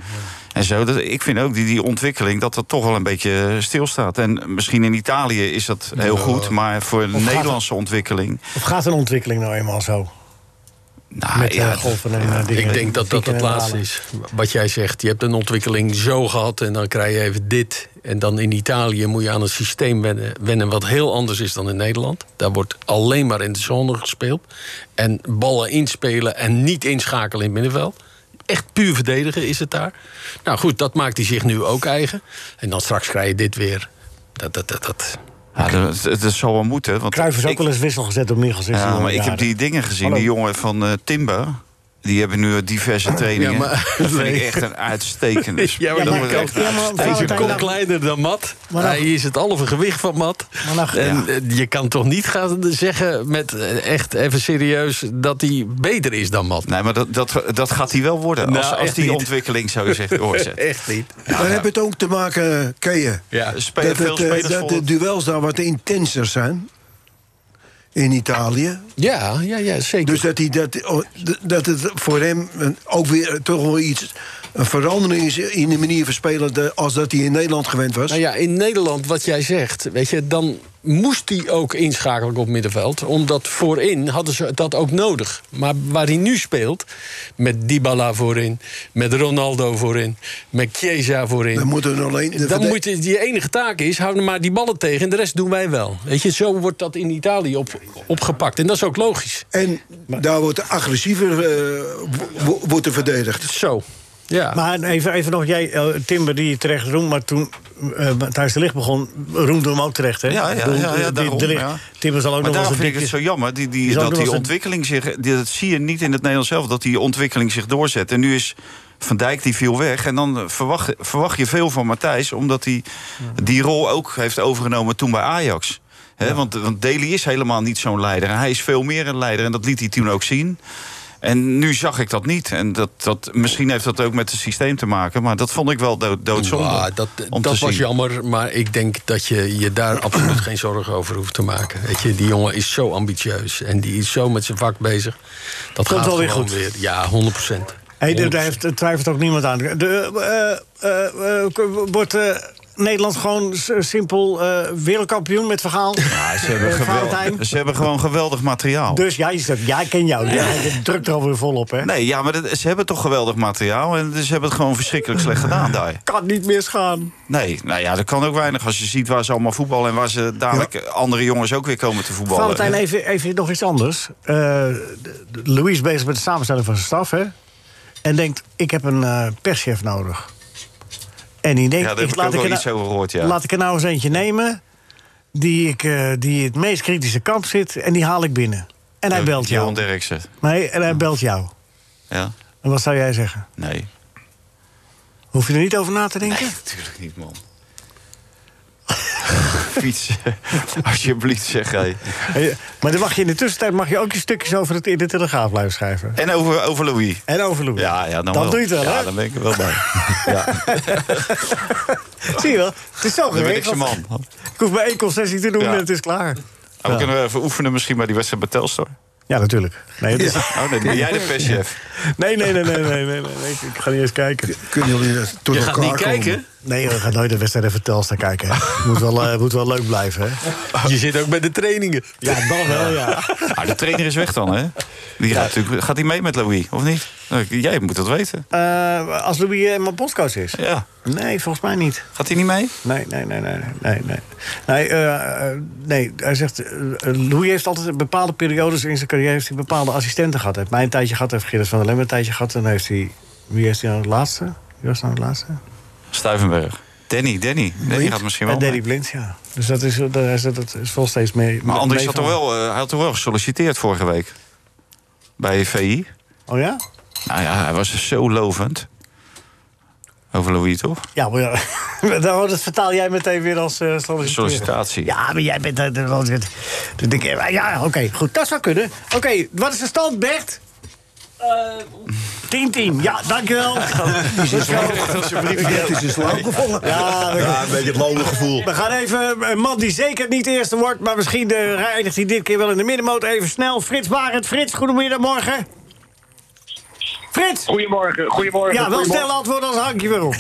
En zo, dat, ik vind ook die, die ontwikkeling dat dat toch wel een beetje eh, stilstaat. En misschien in Italië is dat heel goed, maar voor de gaat Nederlandse ontwikkeling. Of gaat een ontwikkeling nou eenmaal zo? Nou, Met ja, eh, golven en eh, dingen. Ah, Ik denk dat dat Pieken het en laatste dalen. is. Wat jij zegt, je hebt een ontwikkeling zo gehad en dan krijg je even dit. En dan in Italië moet je aan een systeem wennen, wennen wat heel anders is dan in Nederland. Daar wordt alleen maar in de zone gespeeld. En ballen inspelen en niet inschakelen in het middenveld. Echt puur verdedigen is het daar. Nou goed, dat maakt hij zich nu ook eigen. En dan straks krijg je dit weer. Dat, dat, dat, dat. ja, dat, dat- dat zal wel moeten. Want Cruijff is ook ik- wel eens wissel gezet op Michels. in zijn Ja, jonge maar ik heb jaren. die dingen gezien. Hallo. Die jongen van eh, Timber. Die hebben nu diverse trainingen. Ja, maar- Dat vind ik Nee. echt een uitstekende. Ja, maar dat die wordt kan- echt ja, maar uitstekend. Hij is een Valentijn, kop nou- kleiner dan Mat. Maar nou- Hij is het halve gewicht van Mat. Maar nou- en Ja. eh, je kan toch niet gaan zeggen met eh, echt even serieus dat hij beter is dan Mat. Nee, maar dat, dat, dat gaat hij wel worden. Nou, als als echt die niet. ontwikkeling zo zegt doorzet. Echt niet. Dan heb je het ook te maken, Keeën. Ja, Spe- Dat, veel het, eh, spelers dat de volgen- duels daar wat intenser zijn. In Italië. ja, ja, ja zeker. oh, Dus dat, hij dat, dat het voor hem een- ook weer eh, toch wel iets een verandering is in de manier van spelen de- als dat hij in Nederland gewend was. Nou ja, in Nederland, wat jij zegt, weet je, dan moest hij ook inschakelen op middenveld. Omdat voorin hadden ze dat ook nodig. Maar waar hij nu speelt, met Dybala voorin, met Ronaldo voorin, met Chiesa voorin. Dan moeten we alleen de dan verde- moet je, die enige taak is, hou maar die ballen tegen en de rest doen wij wel. Weet je, zo wordt dat in Italië op, opgepakt. En dat is ook logisch. En daar wordt de agressiever eh, wo- wordt er verdedigd. Zo. Ja. Maar even, even nog, jij, eh, Timber, die terecht roemt, maar toen eh Thijs de Licht begon, roemde hem ook terecht, hè? Ja, ja, Ik bedoel, ja, ja, die- de daarom, Ligt- ja. Timber zal ook Maar nog wel daarom eens een vind ik dikje... het zo jammer die, die, is ook dat nog wel die eens- ontwikkeling zich... die- dat zie je niet in het Nederlands zelf, dat die ontwikkeling zich doorzet. En nu is Van Dijk die viel weg. En dan eh, verwacht, verwacht je veel van Matthijs... omdat hij die rol ook heeft overgenomen toen bij Ajax. Hè, want, want Dely is helemaal niet zo'n leider. En hij is veel meer een leider en dat liet hij toen ook zien. En nu zag ik dat niet. En dat, dat, misschien heeft dat ook met het systeem te maken. Maar dat vond ik wel dood, doodzonde. Ja, Ah, ah, dat om dat te was zien. jammer, maar ik denk dat je je daar absoluut geen zorgen over hoeft te maken. Weet je, die jongen is zo ambitieus en die is zo met zijn vak bezig. Dat Komt gaat wel weer gewoon goed. weer. Ja, 100 Hey, daar 100%. daar heeft- daar twijfelt ook niemand aan. De, eh, eh, eh, k- wordt eh, Nederland gewoon s- simpel eh, wereldkampioen met verhaal? Ja, Ze hebben, geweld, ze hebben gewoon geweldig materiaal. Dus jij zegt, ja, ik ken jou. Ja. je drukt er alweer volop, hè? Nee, ja, maar dat- ze hebben toch geweldig materiaal. En ze hebben het gewoon verschrikkelijk slecht gedaan daar. Kan niet misgaan. Nee, nou ja, dat kan ook weinig. Als je ziet waar ze allemaal voetballen... en waar ze dadelijk andere jongens ook weer komen te voetballen. Valentijn, even, even nog iets anders. Eh Louis is bezig met de samenstelling van zijn staf, hè? En denkt, ik heb een eh, perschef nodig. En die denkt, Ja, daar heb ik ook laat, wel er iets nou- over gehoord, ja. laat ik er nou eens eentje nemen... Die, ik, eh, die het meest kritische kamp zit en die haal ik binnen. En hij belt Johan jou. Derksen. Nee, en hij belt jou. Ja? En wat zou jij zeggen? Nee. Hoef je er niet over na te denken? Natuurlijk niet, man. Fietsen. Alsjeblieft, zeg hij. Eh, Maar dan mag je in de tussentijd mag je ook je stukjes over het in de telegraaf blijven schrijven. En over, over Louis. En over Louis. Ja, ja, dan Dan wel. doe je het wel, Ja, hè? dan ben ik er wel bij. ja, Zie je wel? Het is zo dan ben ik geregeld. zijn man. Ik hoef maar één concessie te doen Ja. en het is klaar. Maar we kunnen even oefenen misschien bij die wedstrijd bij Telstar. Ja, natuurlijk. Nee, het is- Oh, nee, ben jij de perschef? nee, nee, nee, nee, nee, nee, nee, nee, Ik ik ga niet eens kijken. Kunnen jullie dat tot Je elkaar gaat niet komen? kijken. Nee, we gaan nooit de wedstrijd even Telstar kijken. hè. Het moet, wel, eh, moet wel leuk blijven, hè? Je zit ook bij de trainingen. Ja, dan wel, ja. Ah, de trainer is weg dan, hè? Die gaat, natuurlijk, gaat hij mee met Louis, of niet? Nou, Jij moet dat weten. Eh, als Louis eh, mijn postcoach is? Ja. Nee, volgens mij niet. Gaat hij niet mee? Nee, nee, nee, nee, nee, nee. Nee, eh, eh, nee hij zegt, eh, Louis heeft altijd bepaalde periodes in zijn carrière... heeft hij bepaalde assistenten gehad. Hij heeft mij een tijdje gehad, hij heeft Gerrit van der Lem een tijdje gehad... en dan heeft hij, wie heeft hij nou het laatste? Wie was nou het laatste? Stuivenberg. Danny, Danny. Danny gaat misschien wel En Danny mee. Eh, Blind, ja. Dus dat is, dat is, dat is vol steeds mee. Maar Andries had meegaan. toch wel, eh, hij had toch wel gesolliciteerd vorige week? Bij VI? Oh ja? Nou ja, hij was zo lovend. Over Louis, toch? Ja, maar ja. Nou, dat vertaal jij meteen weer als eh sollicitatie. Sollicitatie. Ja, maar jij bent... eh, de- de- de- de- de- de- Ja, oké, goed. Dat zou kunnen. Oké, wat is de stand, Bert? 10-10. Ja, dankjewel. Het is in slaap gevallen. Ja, we- een beetje het loongevoel. We gaan even een man die zeker niet eerste wordt... maar misschien eh, eindigt hij dit keer wel in de middenmoot. Even snel. Frits Barend. Frits, goedemiddag, morgen. Frits! Goedemorgen, goedemorgen. Ja, wel goedemorgen. snel antwoord, anders hang ik je weer op.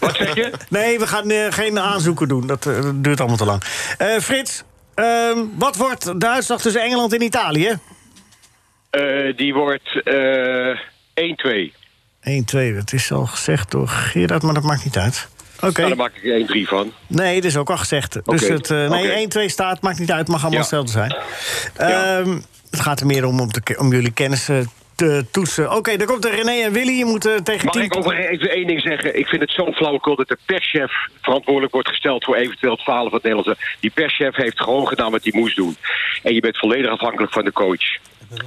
Wat zeg je? Nee, we gaan eh, geen aanzoeken doen. Dat eh, dat duurt allemaal te lang. Eh, Frits, ehm, wat wordt de uitslag tussen Engeland en Italië? Eh, die wordt eh 1-2. 1-2, dat is al gezegd door Gerard, maar dat maakt niet uit. Oké, Nou, daar maak ik 1-3 van. nee, dat is ook al gezegd. Dus Oké, het, eh, oké. nee, 1-2 staat, maakt niet uit, mag allemaal Ja. hetzelfde zijn. Ehm, Het gaat er meer om om, te, ke- om jullie kennis eh, te toetsen. Oké, daar komt er René en Willy, je moet eh, tegen Mag tien... ik over even één ding zeggen? Ik vind het zo'n flauwekul dat de perschef verantwoordelijk wordt gesteld voor eventueel het falen van het Nederlandse. Die perschef heeft gewoon gedaan wat hij moest doen. En je bent volledig afhankelijk van de coach.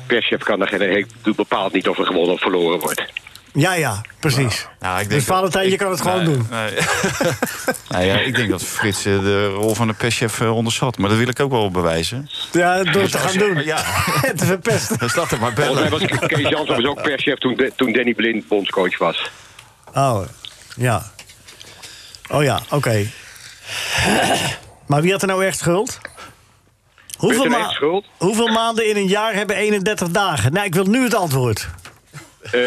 Perschef kan daar geen. Hij doet bepaald niet of er gewonnen of verloren wordt. Ja, ja, precies. Nou, ik denk dus dat- Valentijn, je ik- kan het gewoon nee, doen. nee. nou ja, ik denk dat Frits eh, de rol van de perschef eh, onderschat. Maar dat wil ik ook wel bewijzen. Ja, door het te gaan doen. Dus Ja, En te verpesten. dan staat er maar Volgens mij bellen. was Kees Jansen was ook perschef toen, de- toen Danny Blind bondscoach was. Oh, ja. Oh ja, oké. maar wie had er nou echt schuld? Hoeveel, Wie had er ma- echt schuld? hoeveel maanden in een jaar hebben 31 dagen? Nou, ik wil nu het antwoord. Eh,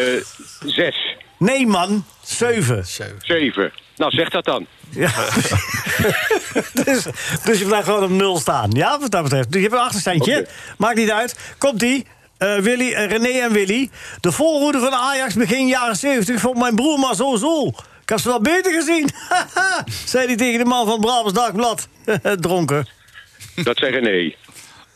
zes. Nee, man. Zeven. Zeven. Nou, zeg dat dan. Ja. dus, dus je blijft gewoon op nul staan. Ja, wat dat betreft. Dus je hebt een achterstandje. Oké. Maakt niet uit. Komt-ie. Eh, Willy, eh, René en Willy. De voorhoede van Ajax begin jaren 70 vond mijn broer maar zo zo. Ik heb ze wel beter gezien. zei hij tegen de man van het Brabants Dagblad. Dronken. Dat zeggen nee.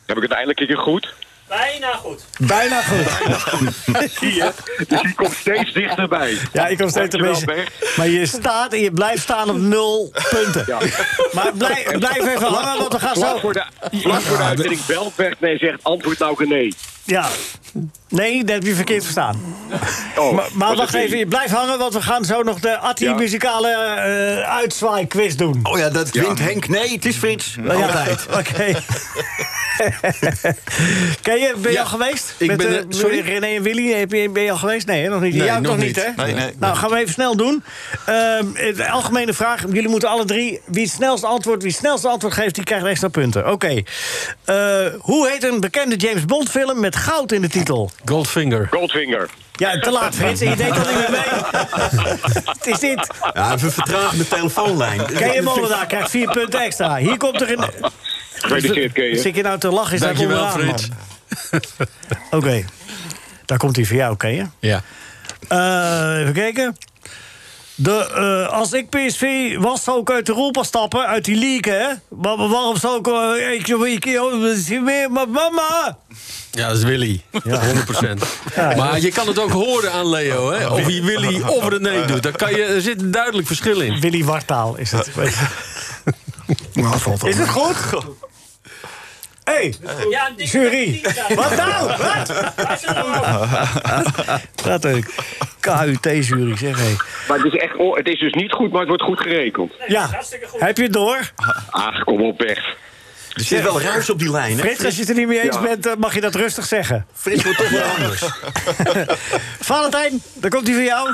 Heb ik het eindelijk een keer goed? Bijna goed. Bijna goed. Zie je? Dus die komt steeds dichterbij. Ja, ik kom steeds een Dankjewel, beetje... Bert. Maar je staat en je blijft staan op nul punten. Maar blijf, blijf even hangen, want we gaan Vlak zo... voor de, vlak voor de uitzending belt Bert nee zegt antwoord nou nee. Ja. Nee, dat heb je verkeerd verstaan. Oh, Maar, maar was wacht het even, nee. je blijft hangen, want we gaan zo nog de Atti Ja. muzikale eh uitzwaai-quiz doen. Oh ja, dat wint Henk. Nee, het is Frits. Ja, Altijd. Oké. Ken je, ben je Ja, al geweest? ik ben eh, er- sorry? René en Willy, heb je, ben je al geweest? Nee, hè, nog niet. Nee, Jij ook nog nog niet, niet. hè? Nee, nee. Nou, gaan we even snel doen. Ehm, eh, de algemene vraag, jullie moeten alle drie... wie het snelste antwoord, wie het snelste antwoord geeft, die krijgt extra punten. Oké. Eh, hoe heet een bekende James Bond film met goud in de titel? Goldfinger. Goldfinger. Ja, te laat, Frits. Je deed al niet meer mee. Het is dit. Ja, even vertraag de telefoonlijn. Ken je Molenaar krijgt vier punten extra. Hier komt er een... Gefeliciteerd, Kees. Zit je nou te lachen? Is dat Dankjewel, onderaan, man? Frits. Oké. Daar komt hij voor jou, ken je? Ja. Eh, even kijken. De, eh, als ik PSV was, zou ik uit Europa stappen. Uit die league, hè? Maar maar waarom zou ik... eh, ik, ik, ik meer, maar mama... Ja, dat is Willy. 100%. Maar je kan het ook horen aan Leo, hè? Of hij Willy of René doet. Daar kan je, er zit een duidelijk verschil in. Willy Wartaal is het. Nou, valt wel Is het goed? Hé, hey, Ja, een jury. Wat nou? Wat? Dat een KUT-jury, zeg hé. Maar het is, echt, oh, het is dus niet goed, maar het wordt goed gerekend. Ja, heb je het door? Ach, kom op Bert. Er zit wel ruis op die lijn, hè? Frits, als je het er niet mee eens Ja. bent, eh, mag je dat rustig zeggen. Frits wordt toch wel anders. Valentijn, daar komt hij voor jou.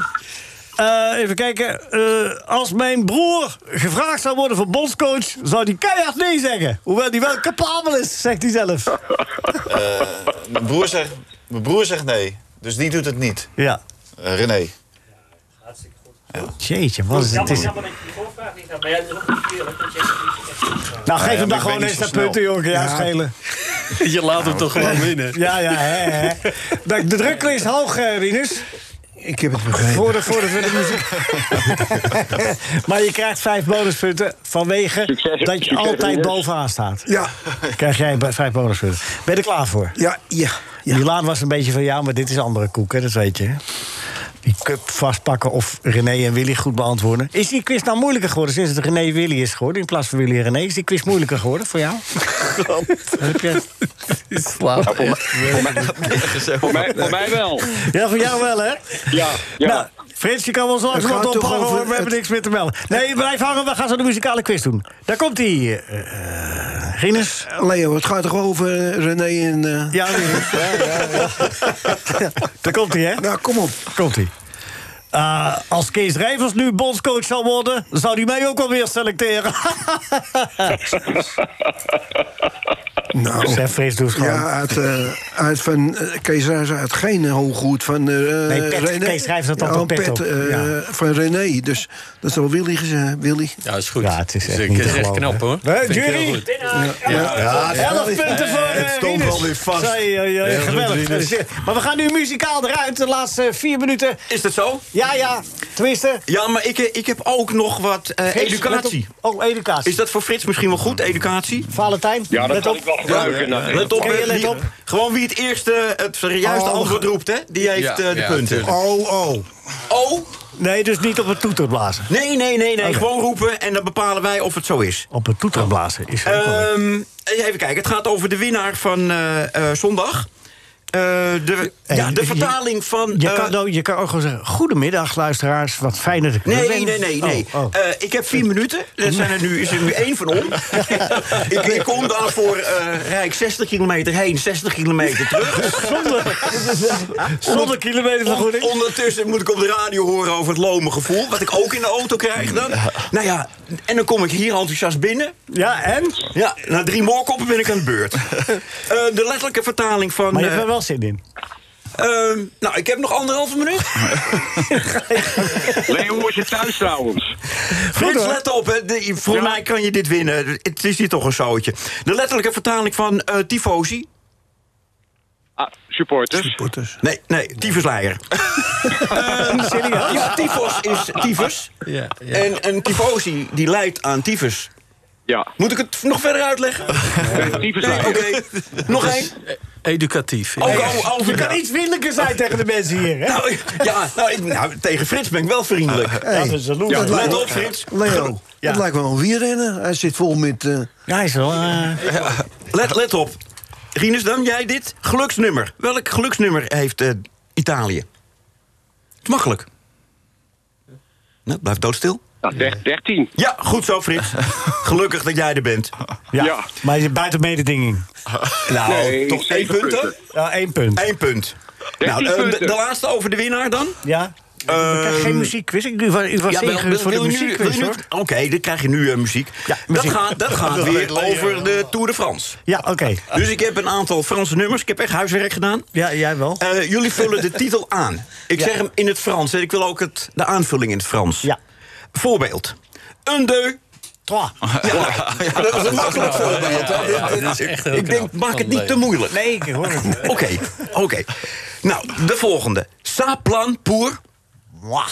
Eh, even kijken. Eh, als mijn broer gevraagd zou worden voor bondscoach, zou hij keihard nee zeggen. Hoewel hij wel capabel is, zegt hij zelf. Mijn broer, zegt, mijn broer zegt nee, dus die doet het niet. Ja. Eh, René. Jeetje, wat is het? is- dat je die voorvraag niet had. Maar ja, dat is ook niet eerlijk, want je hebt het niet gezegd. Nou, geef Ja, maar hem dan ik gewoon ben eens niet dat zo punten, snel. jongen. Ja, schelen. Je laat hem toch gewoon winnen. Ja, ja, hè, hè. Nou, De de druk is hoog, eh, Rinus. Ik heb het begrepen. Voor de, voor de, voor de muziek. maar je krijgt vijf bonuspunten vanwege Succes, dat je succes, altijd Rinus. bovenaan staat. Ja, Krijg jij b- vijf bonuspunten. Ben je er klaar voor? ja, ja. ja. Milaan was een beetje van jou, maar dit is andere koek, hè? dat weet je. hè? Die cup vastpakken of René en Willy goed beantwoorden. Is die quiz nou moeilijker geworden sinds het René Willy is geworden? In plaats van Willy en René, is die quiz moeilijker geworden voor jou? Heb je- Voor mij, voor mij wel. Ja, voor jou wel, hè? Ja, ja. Nou, Frits, je kan wel zo Het langzamerhand gaat toch ophangen, over hoor. We hebben niks meer te melden. Nee, blijf hangen, we gaan zo de muzikale quiz doen. Daar komt hij. eh Rinus. Leo, het gaat toch over eh, René en... eh, Ja, Rinus. Daar komt hij, hè? Nou, kom op. Komt ie. als Kees Rijvers nu bondscoach zou worden, zou hij mij ook alweer selecteren. Nou, Zeg, Frits, doe het gewoon. ja, uit, eh, uit van eh, Kees Rijs uit geen hooghoed van eh Nee, pet. René. Kees Rijs had Ja, altijd oh, pet op. eh, Ja. Van René, dus dat is wel Willy gezegd. Willy. Ja, is goed. Ja, het is echt Dus ik- niet het te is echt geloven, knap, hè? hoor. Nee, Vind ik jury! heel goed. Elf punten voor eh, het stond Rinus. wel weer vast. Zei, eh, ja, Heel goed, geweldig. Rinus. Gefeliciteerd. Maar we gaan nu muzikaal eruit, de laatste eh, vier minuten. Is dat zo? Ja, ja, tenminste... Ja, maar ik, eh, ik heb ook nog wat eh, Frits, educatie. let op. Oh, educatie. Is dat voor Frits misschien wel goed, educatie? Valentijn, ja, dat let kan op. ik wel gebruiken. Ja, nou. Let op, Oké, eh, let wie- op. Gewoon wie het eerste, het juiste Oh, antwoord roept, hè? Die heeft Ja, eh, de ja, punten. tuurlijk. Oh, oh. Oh, Nee, dus niet op het toeter blazen. nee, nee, nee, Oké. nee. Oh, Gewoon roepen en dan bepalen wij of het zo is. Op het toeter blazen is ook wel- Ehm, even kijken, het gaat over de winnaar van eh, eh, zondag. Eh, de, Eh, ja, de je- vertaling van... Je, eh, kan, nou, je kan ook gewoon zeggen, goedemiddag luisteraars, wat fijn dat ik er Nee, ben. nee, nee, nee. Oh, oh. Eh, ik heb vier minuten. Er zijn er nu, is er nu één van om. ik, ik kom daarvoor, eh rijd ik 60 kilometer heen, 60 kilometer terug. Zonder, zonder kilometervergoeding. On- ondertussen moet ik op de radio horen over het lome gevoel... wat ik ook in de auto krijg dan. Nou ja, en dan kom ik hier enthousiast binnen. Ja, en? Ja, na drie moorkoppen ben ik aan de beurt. Eh, de letterlijke vertaling van... Maar je eh, hebt er wel zin in. Ehm, nou, ik heb nog anderhalve minuut. Leo, hoe is het thuis trouwens? Frits, let op. Hè. De- voor mij kan je dit winnen. Het is hier toch een zootje. De letterlijke vertaling van eh tifosi. Ah, supporters. Nee, nee, tyfusleier. Ehm, ja, tyfus is tyfus. Ja, ja. En een tyfosi die leidt aan tyfus. Ja. Moet ik het nog verder uitleggen? tyfusleier. Nee, Oké, nog Dat één. is, eh, Educatief. Oh, oh, oh, Je ja. kan iets vriendelijker zijn tegen de mensen hier, hè? Nou, ja, nou, ik, nou, tegen Frits ben ik wel vriendelijk. Dat is een loser. Ja, let op, Frits. Leo, Ja. het lijkt wel een wielrenner. Hij zit vol met... eh, Ja, hij is wel... eh, Let, let op. Rinus, dan jij dit. Geluksnummer. Welk geluksnummer heeft eh, Italië? Het is makkelijk. Nou, blijf doodstil. Nou, der- 13. Ja, goed zo, Frits. Gelukkig dat jij er bent. ja. Ja. maar je zit buiten mededinging. Nou, Nee, toch één zeven punt, hè? punten. Ja, één punt. Eén punt. Dertien Nou, eh, de, punten. de laatste over de winnaar dan? Ja? ik krijg geen muziekquiz. Ik, u was, u was Ja, wel, ingehuurd voor de Ehm, wil je nu- wil muziekquiz, je nu- hoor. Oké, dan krijg je nu eh, muziek. Ja, muziek. Dat gaat, dat gaat weer over de Tour de France. Ja, oké. Dus ik heb een aantal Franse nummers. Ik heb echt huiswerk gedaan. Ja, jij wel. Eh, jullie vullen de titel aan. Ik zeg hem in het Frans. hè. Ik wil ook het, de aanvulling in het Frans. Ja. Voorbeeld. Een deux. Trois. Ja, dat is een makkelijk voorbeeld. hè. Dit- dit- ik denk, maak het niet te moeilijk. Nee, ik hoor het. Oké, oké. Nou, de volgende. Sa plan pour... Moi.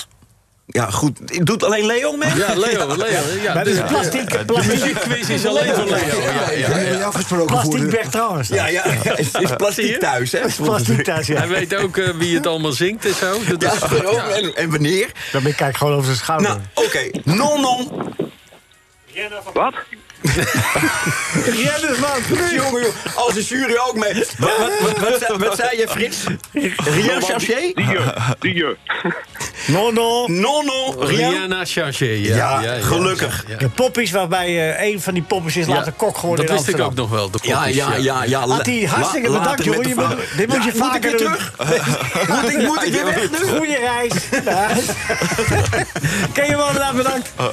Ja, goed. Doet alleen Leo mee? Ja, Leo, Leo. Ja, Maar dit is de- plastiek. de Plastiek, muziekquiz is alleen voor Leo. Ja, ja. hebben jullie afgesproken voor plastiek de... weg trouwens. Ja, ja. Het is- is plastiek thuis, hè? Plastiek thuis, ja. Hij weet ook eh, wie het allemaal zingt en zo. Dat Ja, eh, is- waarom en, en wanneer? Dan ben ik kijk gewoon over zijn schouder. Nou, oké. Non, non. Wat? Jennis, man. Jongen, jongen, als de jury ook mee. Wat, wat, wat, wat, zei- wat zei je, Frits? Rien cherché? Dieu. Dieu. Non, non. Non, non, rien. Rihanna Chargé. Ja, Ja, ja, ja, gelukkig. ja, ja. De poppies waarbij eh, een van die poppies is later kok geworden Dat in wist ik ook Amsterdam. nog wel. De Ja, kopjes, ja, ja, ja. La- Hattie, hartstikke la- bedankt, later jongen. met Je de moet- vader. dit moet Ja, je vaker moet ik weer doen. terug? moet, ik, moet ik weer weg nu? Goeie reis. Ja. Ken je wel, bedankt. bedankt. Oh,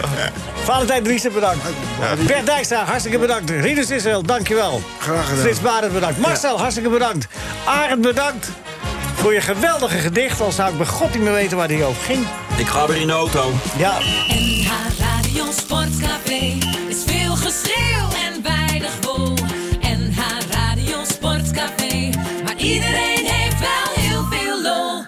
Valentijn Driessen, bedankt. Bert Dijkstra, hartstikke bedankt. Rinus Israël, dankjewel. Graag gedaan. Frits Barend, bedankt. Marcel, hartstikke bedankt. Arend, bedankt. Voor je geweldige gedicht, al zou ik bij god niet meer weten waar die over ging. Ik ga weer in de auto. Ja, NH Radio Sportcafé is veel geschreeuw en weinig wol. NH Radio Sportcafé, maar iedereen heeft wel heel veel lol.